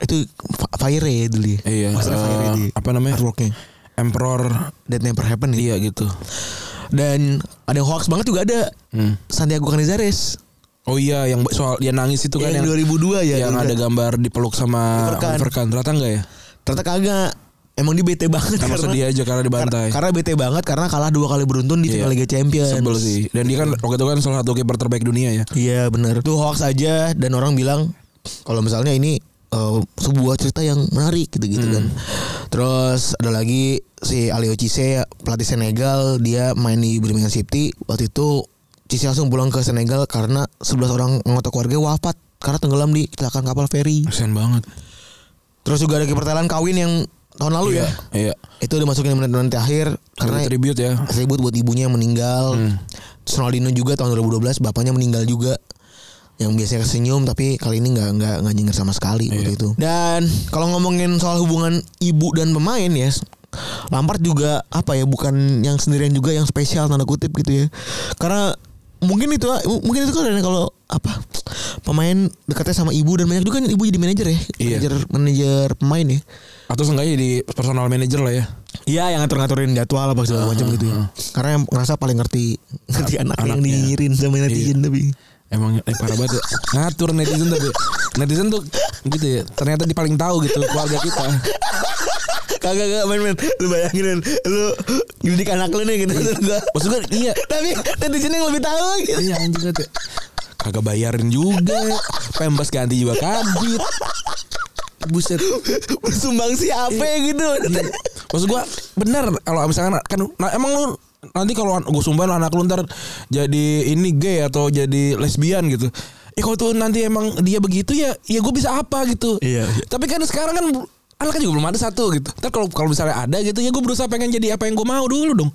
Speaker 2: Eh, itu fa- fire ya dulu. ya.
Speaker 3: Iya.
Speaker 2: Masalah fire
Speaker 3: eh,
Speaker 2: di
Speaker 3: apa namanya?
Speaker 2: artworknya.
Speaker 3: Emperor
Speaker 2: That never happen ya.
Speaker 3: dia gitu.
Speaker 2: Dan ada yang hoax banget juga ada.
Speaker 3: Hmm.
Speaker 2: Santiago Canizares.
Speaker 3: Oh iya, yang soal dia nangis itu kan
Speaker 2: yang, 2002 ya.
Speaker 3: yang ada gambar dipeluk sama
Speaker 2: Overkan.
Speaker 3: Overkan. Ternyata enggak ya?
Speaker 2: Ternyata kagak. Emang dia bete banget
Speaker 3: Sama sedih aja karena dibantai.
Speaker 2: Kar- Karena bete banget karena kalah dua kali beruntun di
Speaker 3: Iya.
Speaker 2: final Liga Champions.
Speaker 3: Sebel sih. Dan dia kan waktu itu kan salah satu kiper terbaik dunia ya.
Speaker 2: Iya benar. Itu hoax aja dan orang bilang kalau misalnya ini eh, sebuah cerita yang menarik gitu-gitu kan. Terus ada lagi si Alio Cisse pelatih Senegal dia main di Birmingham City waktu itu Cisse langsung pulang ke Senegal karena 11 orang anggota keluarga wafat karena tenggelam di kecelakaan kapal feri.
Speaker 3: Kasian banget.
Speaker 2: Terus juga ada kipertelan kawin yang tahun lalu ya.
Speaker 3: Iya.
Speaker 2: Itu dimasukin di menit-menit akhir
Speaker 3: Karena
Speaker 2: karena
Speaker 3: tribute ya.
Speaker 2: tribute buat ibunya yang meninggal. Terus Ronaldinho juga tahun 2012 bapaknya meninggal juga. Yang biasanya senyum tapi kali ini nggak nggak nggak nyinyir sama sekali waktu itu. Dan kalau ngomongin soal hubungan ibu dan pemain ya, Lampard juga apa ya bukan yang sendirian juga yang spesial tanda kutip gitu ya. Karena mungkin itu mungkin itu karena kalau apa pemain dekatnya sama ibu dan banyak juga kan ibu jadi manajer ya,
Speaker 3: Iya.
Speaker 2: manajer manajer pemain ya.
Speaker 3: Atau seenggaknya di personal manager lah ya.
Speaker 2: Iya yang ngatur-ngaturin jadwal apa segala macam gitu ya. Karena yang ngerasa paling ngerti Iya. ngerti anak yang
Speaker 3: anaknya.
Speaker 2: diinyirin sama netizen tapi.
Speaker 3: Emang eh, parah banget ya. Ngatur netizen tapi netizen tuh gitu ya. Ternyata di paling tahu gitu keluarga kita.
Speaker 2: Kagak kagak main main lu bayangin men. lu didik anak lu nih gitu terus gua.
Speaker 3: Maksud gue iya.
Speaker 2: Tapi netizen yang lebih tahu gitu.
Speaker 3: Iya anjing banget ya. Kagak bayarin juga. Pembas ganti juga kabit. Buset.
Speaker 2: Bersumbang siapa gitu.
Speaker 3: ya Maksud gua bener kalau misalkan kan nah, emang lu nanti kalau an- gua sumpah anak lu ntar jadi ini gay atau jadi lesbian gitu. Eh kalau tuh nanti emang dia begitu ya ya gue bisa apa gitu.
Speaker 2: Iya.
Speaker 3: Tapi kan sekarang kan anaknya juga belum ada satu gitu. Ntar kalau kalau misalnya ada gitu ya gue berusaha pengen jadi apa yang gue mau dulu dong.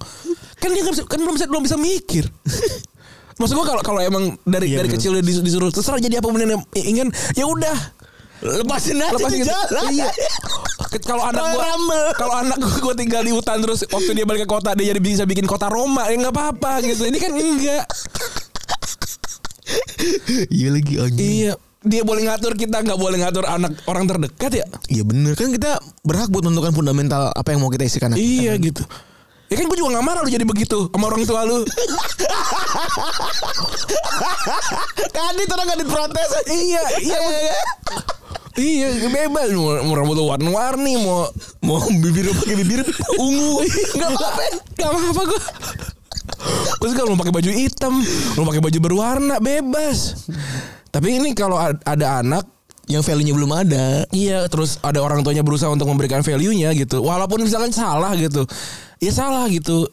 Speaker 3: Kan dia nggak bisa, kan belum bisa belum bisa mikir. Maksud gua kalau kalau emang dari
Speaker 2: Iya,
Speaker 3: dari
Speaker 2: bener.
Speaker 3: kecil dia dis- disuruh terserah jadi apa yang ingin ya udah
Speaker 2: Lepasin aja
Speaker 3: lepas gitu. Iya. Ke- Kalau anak
Speaker 2: Royal
Speaker 3: gua
Speaker 2: Rumble.
Speaker 3: kalau anak gua, gua tinggal di hutan terus waktu dia balik ke kota dia jadi bisa bikin kota Roma ya nggak apa-apa gitu. Ini kan enggak.
Speaker 2: Iya lagi anjing.
Speaker 3: Iya. dia boleh ngatur kita nggak boleh ngatur anak orang terdekat ya?
Speaker 2: Iya bener kan kita berhak buat menentukan fundamental apa yang mau kita isikan.
Speaker 3: Iya gitu. Ya kan gue juga gak marah lu jadi begitu sama orang tua lu.
Speaker 2: Kadit orang gak diprotes.
Speaker 3: iya, iya. iya, bebas mau, mau rambut lu warna-warni, mau mau bibir lu pakai bibir ungu. Enggak apa-apa, enggak apa-apa gua. Gue suka mau pakai baju hitam, mau pakai baju berwarna, bebas. Tapi ini kalau ad- ada anak
Speaker 2: Yang value-nya belum ada.
Speaker 3: Iya, terus ada orang tuanya berusaha untuk memberikan value-nya gitu. Walaupun misalkan salah gitu. Ya salah gitu.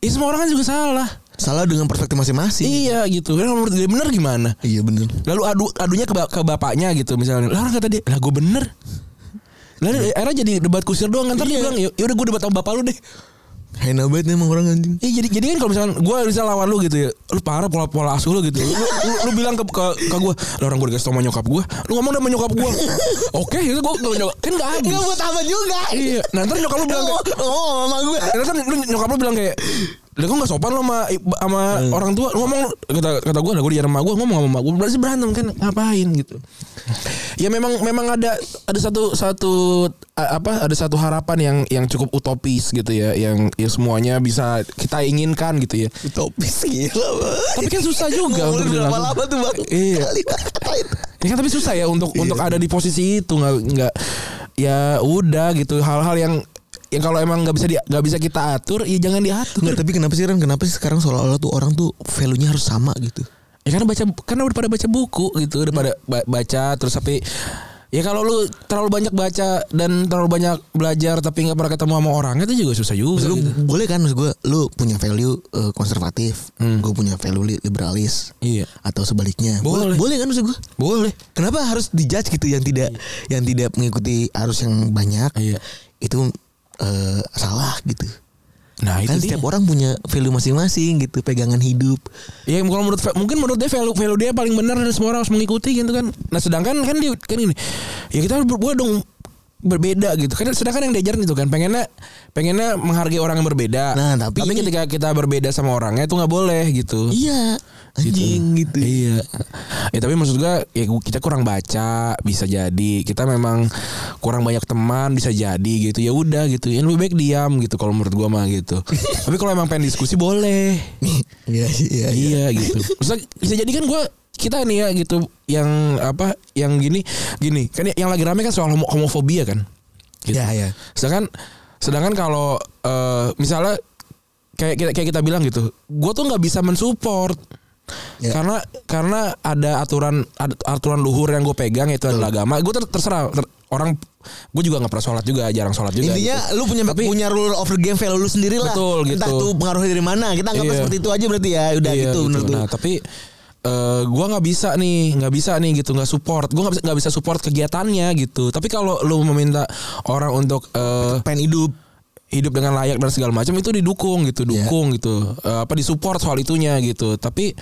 Speaker 3: Ya semua orang kan juga salah.
Speaker 2: Salah dengan perspektif masing-masing.
Speaker 3: Iya gitu. Kan menurut dia benar gimana?
Speaker 2: Iya bener.
Speaker 3: Lalu adu adunya ke, ba- ke bapaknya gitu misalnya. Lah orang kata dia, "Lah gue bener." Lalu akhirnya jadi debat kusir doang kan. Ntar dia bilang, "Ya udah gue debat sama bapak lu deh."
Speaker 2: Hina banget nih emang orang anjing.
Speaker 3: Iya jadi jadi kan kalau misalkan gue bisa lawan lu gitu ya, lu parah pola pola asuh lu gitu. Lu, lu, lu bilang ke ke, ke gue, "Lah orang gue dikasih tau sama nyokap gue." Lu ngomong sama nyokap gue. Oke, itu gue nyokap. Kan enggak habis.
Speaker 2: buat apa juga.
Speaker 3: Iya. Nah ntar nyokap lu bilang kayak,
Speaker 2: Oh mama gue.
Speaker 3: ntar kan lu nyokap lu bilang kayak, lah kok gak sopan lo sama, sama orang tua Lu ngomong kata kata gue lah gue dijarah sama gue ngomong sama mak gue berarti berantem kan ngapain gitu ya memang memang ada ada satu satu a- apa ada satu harapan yang yang cukup utopis gitu ya yang ya semuanya bisa kita inginkan gitu ya
Speaker 2: Utopis gila.
Speaker 3: tapi kan susah juga
Speaker 2: Ngomongin
Speaker 3: untuk
Speaker 2: berapa
Speaker 3: dilakukan.
Speaker 2: lama tuh bang? Iya.
Speaker 3: Iya.
Speaker 2: Kali banget.
Speaker 3: Ya kan tapi susah ya untuk untuk ada di posisi itu nggak nggak ya udah gitu hal-hal yang yang kalau emang nggak bisa di, nggak bisa kita atur ya jangan diatur.
Speaker 2: Enggak tapi kenapa sih Ren Kenapa sih sekarang seolah-olah tuh orang tuh value-nya harus sama gitu
Speaker 3: Ya karena baca karena udah pada baca buku gitu udah pada ba- baca terus tapi ya kalau lu terlalu banyak baca dan terlalu banyak belajar tapi nggak pernah ketemu sama orangnya itu juga susah juga.
Speaker 2: Maksud gue
Speaker 3: gitu.
Speaker 2: boleh kan Maksud gue lu punya value eh, konservatif Gue punya value li- liberalis
Speaker 3: Iya.
Speaker 2: Atau sebaliknya
Speaker 3: Boleh.
Speaker 2: Boleh kan maksud gue
Speaker 3: Boleh.
Speaker 2: Kenapa harus dijudge gitu yang tidak Yang tidak mengikuti arus yang banyak
Speaker 3: Iya.
Speaker 2: Itu eh, salah gitu
Speaker 3: Nah itu
Speaker 2: Kan
Speaker 3: dia.
Speaker 2: setiap orang punya value masing-masing gitu Pegangan hidup
Speaker 3: Ya kalau menurut mungkin menurut dia value, value dia paling benar dan semua orang harus mengikuti gitu kan. Nah sedangkan kan dia kan ini ya kita harus berbuat dong berbeda gitu. Kan sedangkan yang diajarin itu kan pengennya pengennya menghargai orang yang berbeda.
Speaker 2: Nah, tapi ini-
Speaker 3: ketika kita berbeda sama orangnya itu nggak boleh gitu.
Speaker 2: Iya Anjing gitu,
Speaker 3: Iya. Ya tapi maksud gua ya gu- kita kurang baca bisa jadi. Kita memang kurang banyak teman bisa jadi gitu. Ya udah gitu. Ya lebih baik diam gitu kalau menurut gua mah gitu. tapi kalau emang pengen diskusi boleh.
Speaker 2: Iya iya iya
Speaker 3: Iya gitu. Maksudnya bisa jadi kan gue kita nih ya gitu yang apa yang gini gini kan yang lagi rame kan soal homo- homofobia kan. Gitu.
Speaker 2: Iya iya
Speaker 3: Sedangkan sedangkan kalau eh, misalnya kayak kita kayak kita bilang gitu, gue tuh nggak bisa mensupport
Speaker 2: Ya.
Speaker 3: karena karena ada aturan ada aturan luhur yang gue pegang yaitu adalah agama. Gue terserah ter- orang gue juga nggak pernah sholat juga jarang sholat juga.
Speaker 2: Intinya lu
Speaker 3: gitu.
Speaker 2: punya
Speaker 3: Tapi-
Speaker 2: punya rule of the game value lu sendiri lah.
Speaker 3: Betul, gitu.
Speaker 2: Entah itu pengaruhnya dari mana. Kita anggapnya
Speaker 3: Iya.
Speaker 2: seperti itu aja berarti ya. Udah
Speaker 3: Iya,
Speaker 2: gitu, menurut lu.
Speaker 3: Nah, tapi eh gua nggak bisa nih, nggak bisa nih gitu, nggak support. Gua nggak bisa nggak bisa support kegiatannya gitu. Tapi kalau lu meminta orang untuk eh
Speaker 2: Pengen hidup.
Speaker 3: hidup dengan layak dan segala macam itu didukung gitu,
Speaker 2: Iya.
Speaker 3: dukung gitu. Eh, apa disupport soal itunya gitu. Tapi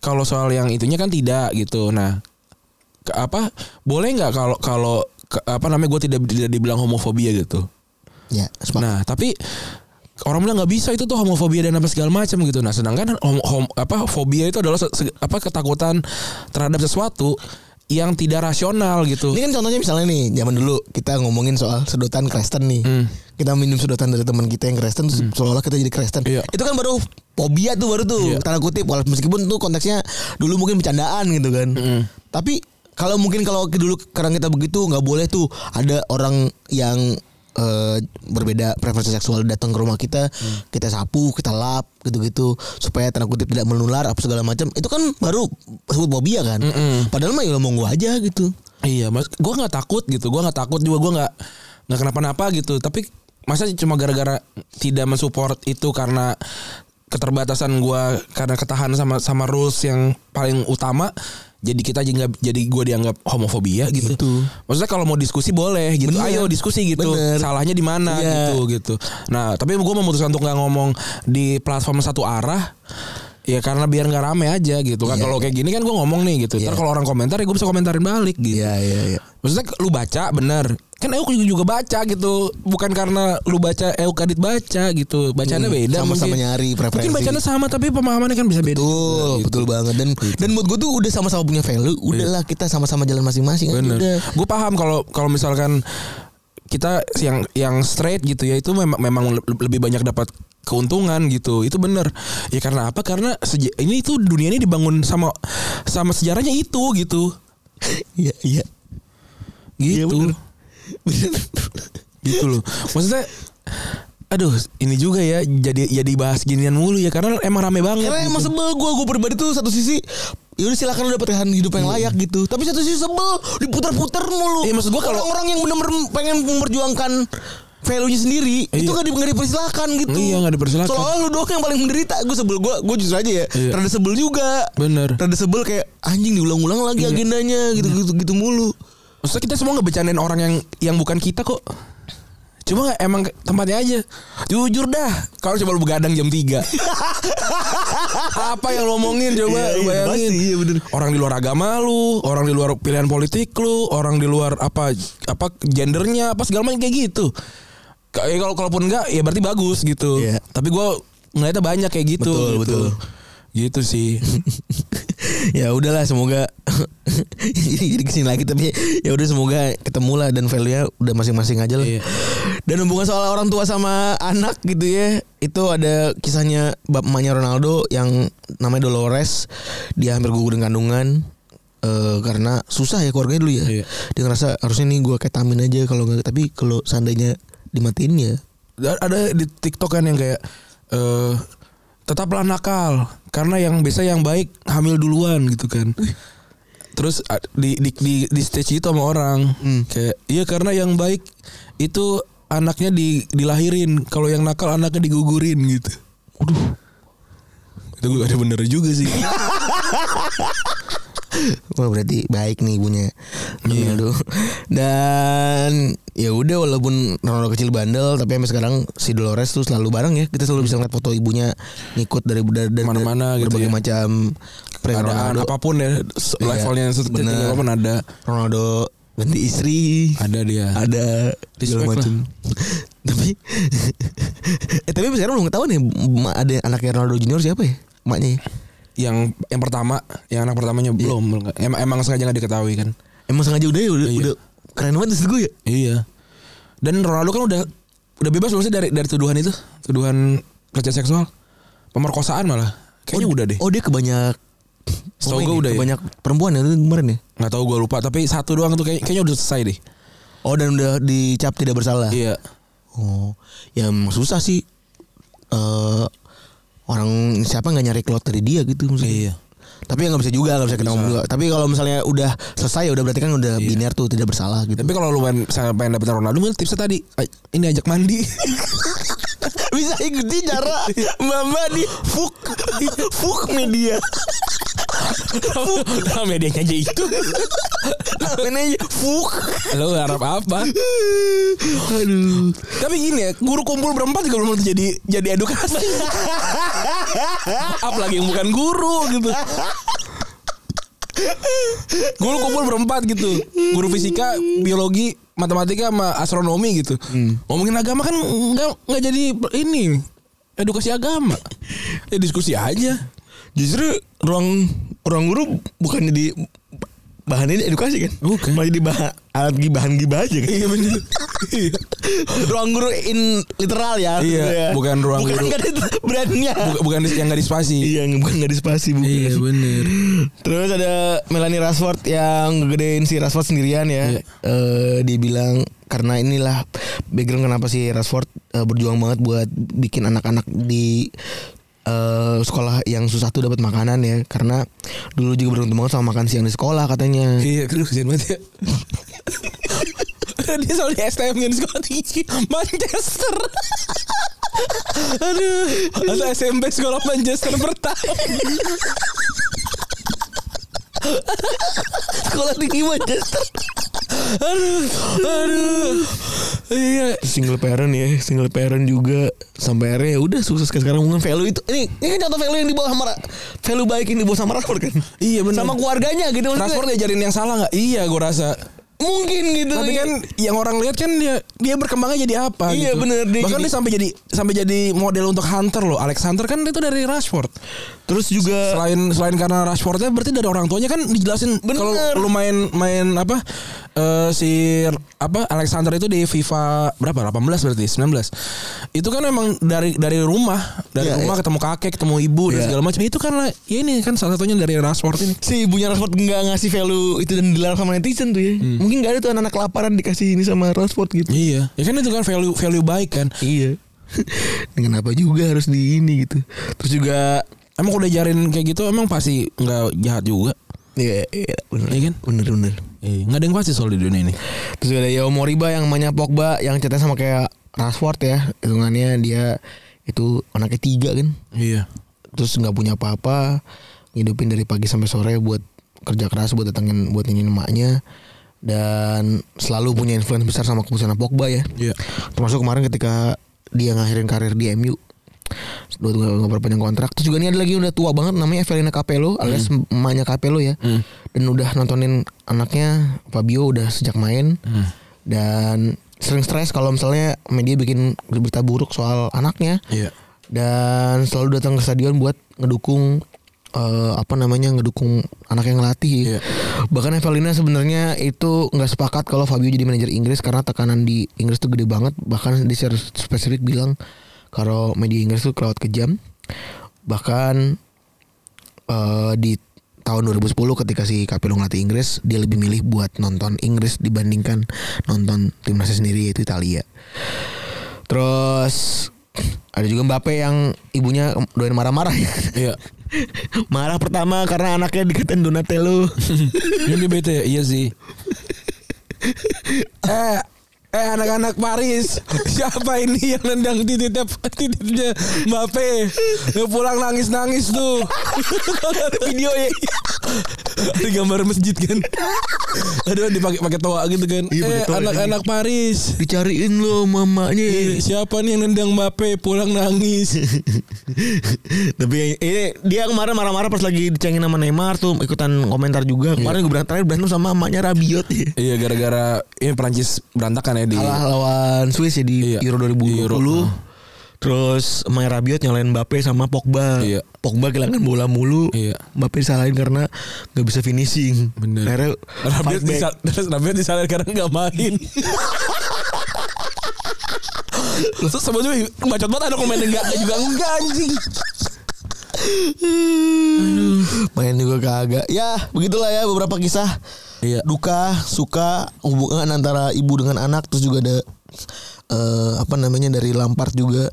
Speaker 3: kalau soal yang itunya kan tidak gitu. Nah, ke- apa boleh nggak kalau kalau ke- apa namanya gue tidak tidak dibilang homofobia gitu.
Speaker 2: Ya, sepakat.
Speaker 3: Nah, tapi orang bilang nggak bisa itu tuh homofobia dan apa segala macam gitu. Nah, sedangkan hom- hom- apa fobia itu adalah se- se- apa ketakutan terhadap sesuatu yang tidak rasional gitu.
Speaker 2: Ini kan contohnya misalnya nih, zaman dulu kita ngomongin soal sedotan Kristen nih.
Speaker 3: Hmm.
Speaker 2: Kita minum sedotan dari teman kita yang Kristen terus seolah-olah kita jadi Kristen.
Speaker 3: Iya.
Speaker 2: Itu kan baru fobia tuh baru tuh
Speaker 3: Iya.
Speaker 2: tanda kutip walaupun meskipun tuh konteksnya dulu mungkin bercandaan gitu kan.
Speaker 3: Hmm.
Speaker 2: Tapi kalau mungkin kalau dulu sekarang kita begitu nggak boleh tuh ada orang yang eh, berbeda preferensi seksual datang ke rumah kita,
Speaker 3: Hmm.
Speaker 2: kita sapu, kita lap gitu-gitu supaya tanda kutip tidak menular apa segala macam. Itu kan baru sebut fobia kan. Padahal mah ya ngomong gua aja gitu.
Speaker 3: Iya, mas, gue nggak takut gitu, gue nggak takut juga, gue nggak nggak kenapa-napa gitu. Tapi masa cuma gara-gara tidak mensupport itu karena keterbatasan gue karena ketahan sama sama rules yang paling utama. Jadi kita aja nggak jadi gue dianggap homofobia gitu.
Speaker 2: Gitu.
Speaker 3: Maksudnya kalau mau diskusi boleh gitu.
Speaker 2: Bener.
Speaker 3: Ayo diskusi gitu.
Speaker 2: Bener.
Speaker 3: Salahnya di mana
Speaker 2: Iya.
Speaker 3: gitu gitu. Nah tapi gue memutuskan untuk nggak ngomong di platform satu arah. Ya karena biar nggak rame aja gitu
Speaker 2: Iya.
Speaker 3: kan. Kalau kayak gini kan gue ngomong nih gitu. Ntar
Speaker 2: Iya.
Speaker 3: kalau orang komentar ya gue bisa komentarin balik gitu.
Speaker 2: Iya iya iya.
Speaker 3: Maksudnya lu baca bener kan Euk juga, juga baca gitu bukan karena lu baca Euk Adit baca gitu bacanya
Speaker 2: Hmm,
Speaker 3: beda
Speaker 2: sama-sama
Speaker 3: mungkin.
Speaker 2: nyari preferensi.
Speaker 3: mungkin bacanya sama tapi pemahamannya kan bisa beda
Speaker 2: Betul, betul banget dan
Speaker 3: Gitu.
Speaker 2: dan mood gue tuh udah sama-sama punya value, udahlah kita sama-sama jalan masing-masing aja,
Speaker 3: Iya. Bener.
Speaker 2: udah.
Speaker 3: Gue paham kalau kalau misalkan kita yang yang straight gitu ya itu memang memang le- lebih banyak dapat keuntungan gitu. Itu bener. Ya karena apa? Karena seja- ini itu dunia ini dibangun sama sama sejarahnya itu gitu.
Speaker 2: Iya, iya. Iya,
Speaker 3: Gitu.
Speaker 2: bener. Bener.
Speaker 3: gitu loh. Maksudnya aduh ini juga ya jadi jadi bahas ginian mulu ya karena emang rame banget.
Speaker 2: Karena
Speaker 3: gitu.
Speaker 2: emang sebel gue, gue pribadi tuh satu sisi Yaudah silakan lu dapetin hidup yang layak gitu Tapi satu sisi sebel Diputar-putar mulu
Speaker 3: Iya, maksud gua kalau-
Speaker 2: Orang-orang yang bener-bener pengen memperjuangkan Value-nya sendiri Itu
Speaker 3: Iya.
Speaker 2: gak, di, nggak dipersilakan gitu
Speaker 3: Iya, nggak dipersilakan.
Speaker 2: Soalnya lu doang yang paling menderita Gue sebel Gue gue justru aja ya
Speaker 3: Iya.
Speaker 2: Rada sebel juga
Speaker 3: Bener. Iya.
Speaker 2: Rada sebel kayak Anjing diulang-ulang lagi agendanya Gitu-gitu gitu mulu
Speaker 3: Maksudnya kita semua ngebecandain orang yang yang bukan kita kok. Cuma nggak- emang tempatnya aja. Jujur dah, kalau coba lu begadang jam 3. Apa yang lu omongin coba
Speaker 2: Iya,
Speaker 3: lu
Speaker 2: iya,
Speaker 3: bayangin.
Speaker 2: pasti, iya bener.
Speaker 3: Orang di luar agama lu, orang di luar pilihan politik lu, orang di luar apa apa gendernya, apa segala macam kayak gitu. Kayak kalau kalaupun enggak ya berarti bagus gitu.
Speaker 2: Iya.
Speaker 3: Tapi gua ngeliatnya banyak kayak gitu.
Speaker 2: Betul,
Speaker 3: gitu.
Speaker 2: betul.
Speaker 3: Gitu sih.
Speaker 2: ya udahlah semoga jadi jadi kesini lagi tapi ya udah semoga ketemu lah dan value nya udah masing-masing aja lah
Speaker 3: Iya.
Speaker 2: dan hubungan soal orang tua sama anak gitu ya itu ada kisahnya bap emaknya Ronaldo yang namanya Dolores dia hampir gugur dengan kandungan eh, karena susah ya keluarganya dulu ya
Speaker 3: Iya.
Speaker 2: dia ngerasa harusnya nih gua ketamin aja kalau nggak tapi kalau seandainya dimatiin ya
Speaker 3: Dan ada di TikTok kan yang kayak eh tetaplah nakal karena yang biasa yang baik hamil duluan gitu kan. Terus a- di di di, di stage itu sama orang
Speaker 2: Hmm.
Speaker 3: kayak iya karena yang baik itu anaknya di dilahirin kalau yang nakal anaknya digugurin gitu. Aduh. Itu gua ada bener juga sih.
Speaker 2: Wah berarti baik nih ibunya
Speaker 3: Iya.
Speaker 2: Ronaldo. Dan ya udah walaupun Ronaldo kecil bandel tapi sampai sekarang si Dolores tuh selalu bareng ya. Kita selalu bisa ngeliat foto ibunya ngikut dari dari, dari
Speaker 3: Mana-mana gitu
Speaker 2: berbagai
Speaker 3: ya.
Speaker 2: macam prank
Speaker 3: Ada
Speaker 2: Ronaldo.
Speaker 3: apapun ya s-
Speaker 2: Iya,
Speaker 3: levelnya seperti
Speaker 2: bener.
Speaker 3: apapun ada
Speaker 2: Ronaldo ganti istri.
Speaker 3: ada dia.
Speaker 2: Ada
Speaker 3: Respect
Speaker 2: segala
Speaker 3: lah.
Speaker 2: macam. tapi eh tapi sampai sekarang belum ketahuan ya ma- ada anaknya Ronaldo Junior siapa ya? Maknya.
Speaker 3: Yang yang pertama, yang anak pertamanya
Speaker 2: Iya.
Speaker 3: belum belum. emang emang sengaja nggak diketahui kan.
Speaker 2: Emang sengaja udah ya udah,
Speaker 3: Iya.
Speaker 2: udah keren banget maksud gue ya.
Speaker 3: Iya. Dan Ronaldo kan udah udah bebas belum sih dari dari tuduhan itu? Tuduhan kerja seksual. Pemerkosaan malah. Kayaknya udah deh.
Speaker 2: Oh dia kebanyak pemain
Speaker 3: Setahu gua
Speaker 2: ya?
Speaker 3: udah ya.
Speaker 2: Kebanyak perempuan ya itu kemarin ya
Speaker 3: nggak tahu gue lupa, tapi satu doang tuh kayak- kayaknya udah selesai deh.
Speaker 2: Oh dan udah dicap tidak bersalah
Speaker 3: Iya.
Speaker 2: Oh Ya emang susah sih eh Orang siapa nggak nyari klot dari dia gitu maksudnya
Speaker 3: Iya.
Speaker 2: Tapi ya nggak bisa juga nggak bisa kita ngomong juga Tapi kalau misalnya udah selesai ya udah berarti kan udah biner tuh tidak bersalah gitu
Speaker 3: Tapi kan- kalau lu main misalnya pengen dapetin Ronaldo, mungkin tipsnya tadi ay- ini ajak mandi.
Speaker 2: Bisa ikuti cara Mama di Fuk Fuk media
Speaker 3: nah, medianya aja itu.
Speaker 2: Namanya Fuk
Speaker 3: Lu harap apa?
Speaker 2: Aduh
Speaker 3: Tapi gini ya, guru kumpul berempat juga belum tentu jadi jadi edukasi. Apalagi yang bukan guru gitu. Guru kumpul berempat gitu. Guru fisika, biologi, matematika sama astronomi gitu. Ngomongin agama kan nggak nggak jadi ini edukasi agama. Ya diskusi aja.
Speaker 2: Justru ruang ruang guru bukan jadi bahan ini edukasi kan?
Speaker 3: Bukan.
Speaker 2: Malah jadi bahan alat gibahan gibah aja kan?
Speaker 3: Iya bener. Iya.
Speaker 2: ruang guru in literal ya.
Speaker 3: Iya,
Speaker 2: gitu ya.
Speaker 3: bukan ruang
Speaker 2: bukan
Speaker 3: guru.
Speaker 2: nggak ada brandnya.
Speaker 3: Bukan, bukan dis- yang nggak dispasi.
Speaker 2: Iya, bukan nggak ada spasi bukan.
Speaker 3: bener.
Speaker 2: Terus ada Melanie Rashford yang ngegedein si Rashford sendirian ya.
Speaker 3: Iya.
Speaker 2: Eh, dia bilang karena inilah background kenapa si Rashford eh, berjuang banget buat bikin anak-anak di eh, sekolah yang susah tuh dapat makanan ya karena dulu juga beruntung banget sama makan siang di sekolah katanya.
Speaker 3: Iya, aduh kesian banget ya. dia selalu di STM kan di sekolah tinggi Manchester. aduh, atau SMP sekolah Manchester pertama.
Speaker 2: sekolah tinggi Manchester.
Speaker 3: Aduh. Iya.
Speaker 2: Single parent ya, single parent juga sampai akhirnya ya udah sukses kayak sekarang mungkin value itu ini ini kan contoh value yang dibawa sama Ra- value baik yang dibawa sama Rashford kan.
Speaker 3: Iya benar.
Speaker 2: Sama keluarganya gitu maksudnya.
Speaker 3: Rashford diajarin yang salah nggak? Iya, gue rasa.
Speaker 2: mungkin gitu
Speaker 3: Tapi kan yang orang lihat kan dia dia berkembangnya jadi apa
Speaker 2: Iya,
Speaker 3: gitu.
Speaker 2: bener, dia
Speaker 3: Bahkan
Speaker 2: jadi-
Speaker 3: dia sampai jadi sampai jadi model untuk Hunter loh. Alex Hunter kan itu dari Rashford.
Speaker 2: terus juga
Speaker 3: Selain selain karena Rashfordnya berarti dari orang tuanya kan dijelasin
Speaker 2: Bener.
Speaker 3: kalau lu main main apa eh, si apa Alex Hunter itu di FIFA berapa 18 berarti 19. Itu kan emang dari dari rumah, dari
Speaker 2: Iya,
Speaker 3: rumah
Speaker 2: iya.
Speaker 3: ketemu kakek, ketemu ibu dan
Speaker 2: Iya.
Speaker 3: segala macam. Itu karena ya ini kan salah satunya dari Rashford ini.
Speaker 2: si ibunya Rashford nggak ngasih value itu dan dilarang sama netizen tuh ya mungkin nggak ada tuh anak-anak kelaparan dikasih ini sama Rashford gitu
Speaker 3: Iya, ya kan itu kan value value baik kan.
Speaker 2: iya dengan apa juga harus di ini gitu terus juga
Speaker 3: Emang udah jarin kayak gitu emang pasti nggak jahat juga.
Speaker 2: ya, ya bener
Speaker 3: Iya kan?
Speaker 2: bener bener
Speaker 3: Iya, nggak ada yang pasti soal di dunia ini.
Speaker 2: terus ada Yao Moriba yang namanya Pogba yang catnya sama kayak Rashford ya hitungannya dia itu anaknya tiga kan
Speaker 3: Iya.
Speaker 2: terus nggak punya apa-apa ngidupin dari pagi sampai sore buat kerja keras buat datangin buat ini emaknya dan selalu punya influence besar sama keputusan Pogba ya
Speaker 3: Iya.
Speaker 2: termasuk kemarin ketika dia ngakhirin karir di MU dua dua nggak perpanjang kontrak terus juga ini ada lagi yang udah tua banget namanya Evelina Capello alias emaknya Capello ya
Speaker 3: Hmm.
Speaker 2: dan udah nontonin anaknya Fabio udah sejak main
Speaker 3: Hmm.
Speaker 2: dan sering stres kalau misalnya media bikin berita buruk soal anaknya
Speaker 3: Iya.
Speaker 2: dan selalu datang ke stadion buat ngedukung eh, apa namanya ngedukung anak yang ngelatih.
Speaker 3: Iya.
Speaker 2: Bahkan Evelina sebenarnya itu nggak sepakat kalau Fabio jadi manajer Inggris karena tekanan di Inggris tuh gede banget. Bahkan dia secara spesifik bilang kalau media Inggris tuh kelewat kejam. Bahkan eh, di tahun 2010 ketika si Capello ngelatih Inggris dia lebih milih buat nonton Inggris dibandingkan nonton timnasnya sendiri yaitu Italia. Terus ada juga Mbappe yang ibunya doain marah-marah. ya.
Speaker 3: Iya.
Speaker 2: Marah pertama karena anaknya dikatain Donatello.
Speaker 3: Ini dia bete ya? Iya sih. eh eh anak-anak Paris siapa ini yang nendang titip titipnya Mbappe yang pulang nangis-nangis tuh video ya ada gambar masjid kan aduh dipakai pakai toa gitu kan
Speaker 2: Iya, pakai
Speaker 3: eh
Speaker 2: toa,
Speaker 3: anak-anak Paris
Speaker 2: Dicariin lo mamanya.
Speaker 3: Eh, siapa nih yang nendang Mbappe pulang nangis
Speaker 2: Tapi ini dia kemarin marah-marah pas lagi dicengin sama Neymar tuh ikutan komentar juga. Kemarin gue berantem terakhir berantem sama emaknya Rabiot ya.
Speaker 3: iya gara-gara ini Perancis berantakan ya di
Speaker 2: Kalah lawan Swiss ya di
Speaker 3: Iya.
Speaker 2: Euro 2020.
Speaker 3: Euro, ah.
Speaker 2: Terus main Rabiot nyalain Mbappe sama Pogba.
Speaker 3: Iya.
Speaker 2: Pogba kehilangan bola mulu.
Speaker 3: Iya.
Speaker 2: Mbappe disalahin karena nggak bisa finishing.
Speaker 3: Bener.
Speaker 2: Akhirnya fight
Speaker 3: Rabiot
Speaker 2: back.
Speaker 3: disal- terus Rabiot disalahin karena nggak main. Terus sebelumnya bacot banget ada komen enggak juga enggak anjing.
Speaker 2: main juga kagak ya begitulah ya beberapa kisah
Speaker 3: Iya.
Speaker 2: duka suka hubungan antara ibu dengan anak terus juga ada eh, apa namanya dari Lampard juga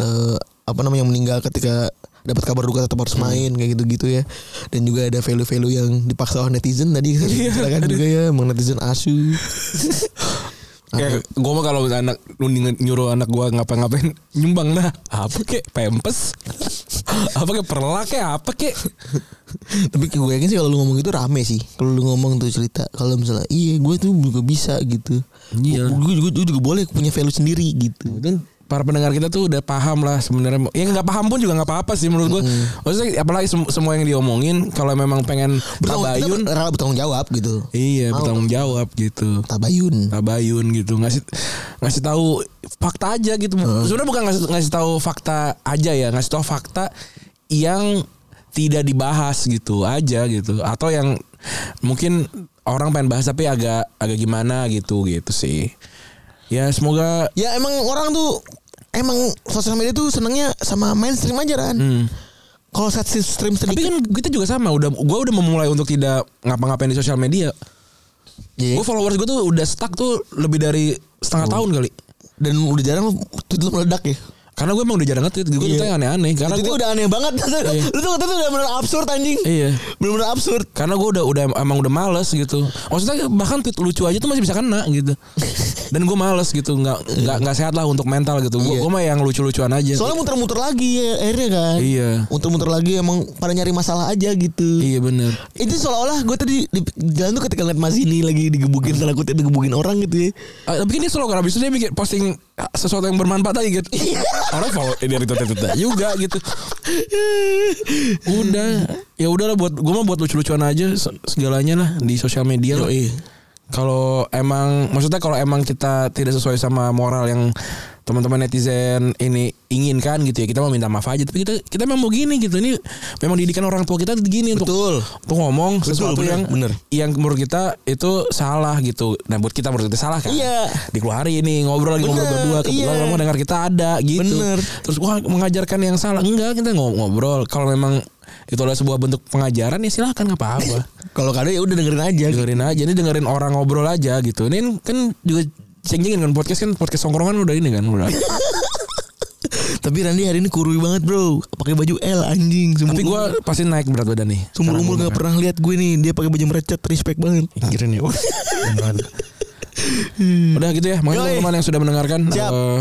Speaker 2: eh, apa namanya yang meninggal ketika dapat kabar duka tetap
Speaker 3: Hmm.
Speaker 2: harus main kayak gitu-gitu ya dan juga ada value-value yang dipaksa oleh netizen tadi
Speaker 3: Iya,
Speaker 2: silakan juga ya emang netizen asu
Speaker 3: Ya, gue mah kalau anak lu ny- nyuruh anak gue ngapa-ngapain nyumbang dah apa kek pempes apa kek perlak kek apa kek
Speaker 2: tapi gue yakin sih kalau lu ngomong itu rame sih kalau lu ngomong tuh cerita kalau misalnya iya gue tuh juga bisa gitu
Speaker 3: Iya. Kan
Speaker 2: gue juga, gue juga boleh punya value sendiri gitu
Speaker 3: dan para pendengar kita tuh udah paham lah sebenarnya ya nggak paham pun juga nggak apa-apa sih menurut gue maksudnya apalagi sem- semua yang diomongin kalau memang pengen
Speaker 2: bertanggung,
Speaker 3: tabayun
Speaker 2: kita rela bertanggung jawab gitu
Speaker 3: iya
Speaker 2: Mau.
Speaker 3: bertanggung jawab gitu
Speaker 2: tabayun
Speaker 3: tabayun gitu ngasih ngasih tahu fakta aja gitu sebenarnya bukan ngasih ngasih tahu fakta aja ya ngasih tahu fakta yang tidak dibahas gitu aja gitu atau yang mungkin orang pengen bahas tapi agak agak gimana gitu gitu sih ya semoga
Speaker 2: ya emang orang tuh emang sosial media tuh senangnya sama mainstream aja kan kalau set stream
Speaker 3: Hmm. tapi
Speaker 2: sedikit
Speaker 3: kan kita juga sama udah gua udah memulai untuk tidak ngapa-ngapain di sosial media
Speaker 2: Iya. Oh.
Speaker 3: Gua followers gue tuh udah stuck tuh lebih dari setengah tahun kali
Speaker 2: dan udah jarang tweet lu meledak ya
Speaker 3: karena gue emang udah jarang nge-tweet gue
Speaker 2: Iya.
Speaker 3: tuh aneh-aneh karena
Speaker 2: itu
Speaker 3: gua-
Speaker 2: udah aneh banget lu tuh kata tuh udah bener absurd anjing
Speaker 3: Iya.
Speaker 2: bener-bener absurd
Speaker 3: Karena gue udah udah emang udah males gitu. Maksudnya bahkan tweet lucu aja tuh masih bisa kena gitu. Dan gue males gitu, nggak nggak nggak sehat lah untuk mental gitu. Gue
Speaker 2: Iya.
Speaker 3: gue mah yang lucu-lucuan aja.
Speaker 2: soalnya muter-muter lagi ya akhirnya kan
Speaker 3: Ya, Iya.
Speaker 2: muter-muter lagi emang pada nyari masalah aja gitu
Speaker 3: iya bener.
Speaker 2: itu seolah-olah gue tadi di jalan tuh ketika ngeliat Mazini lagi digebukin salah kutip digebukin orang gitu ya
Speaker 3: Ah, tapi kan dia slogan habis itu dia bikin posting eh, sesuatu yang bermanfaat aja gitu. Orang follow eh, dari tweet juga gitu. Udah, ya udahlah buat gue mah buat lucu-lucuan aja se- segalanya lah di sosial media. lah. Kalau emang maksudnya kalau emang kita tidak sesuai sama moral yang teman-teman netizen ini inginkan gitu ya kita mau minta maaf aja tapi kita kita memang mau gini gitu ini memang didikan orang tua kita gini untuk
Speaker 2: Betul.
Speaker 3: untuk ngomong
Speaker 2: Betul,
Speaker 3: sesuatu
Speaker 2: bener,
Speaker 3: yang
Speaker 2: bener.
Speaker 3: yang menurut kita itu salah gitu nah buat kita menurut kita salah kan
Speaker 2: Iya.
Speaker 3: dikeluarin nih ngobrol lagi ngobrol
Speaker 2: Bener,
Speaker 3: berdua kebetulan
Speaker 2: iya.
Speaker 3: kamu dengar kita ada gitu
Speaker 2: Bener.
Speaker 3: terus wah mengajarkan yang salah enggak kita ngo- ngobrol kalau memang itu adalah sebuah bentuk pengajaran ya silakan nggak apa-apa
Speaker 2: Kalau kado ya udah dengerin aja.
Speaker 3: dengerin aja ini dengerin orang ngobrol aja gitu ini kan juga ceng-cengin kan podcast kan podcast songkrongan udah ini kan udah
Speaker 2: Tapi Randy hari ini kurui banget bro. Pakai baju L anjing. Sumur
Speaker 3: tapi gue pasti naik berat badan nih
Speaker 2: Sumur umur gak pernah lihat gue nih Dia pakai baju merecet Respect banget
Speaker 3: Kirain ya. Udah gitu ya.
Speaker 2: Yoi.
Speaker 3: Makasih gitu ya, teman-teman yang sudah mendengarkan.
Speaker 2: Siap.
Speaker 3: Eh,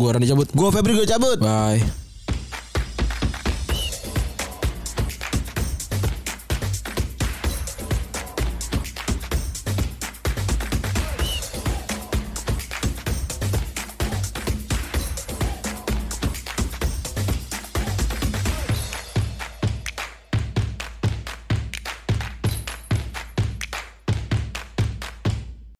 Speaker 3: gua Randy cabut.
Speaker 2: Gue Febri gue cabut
Speaker 3: Bye.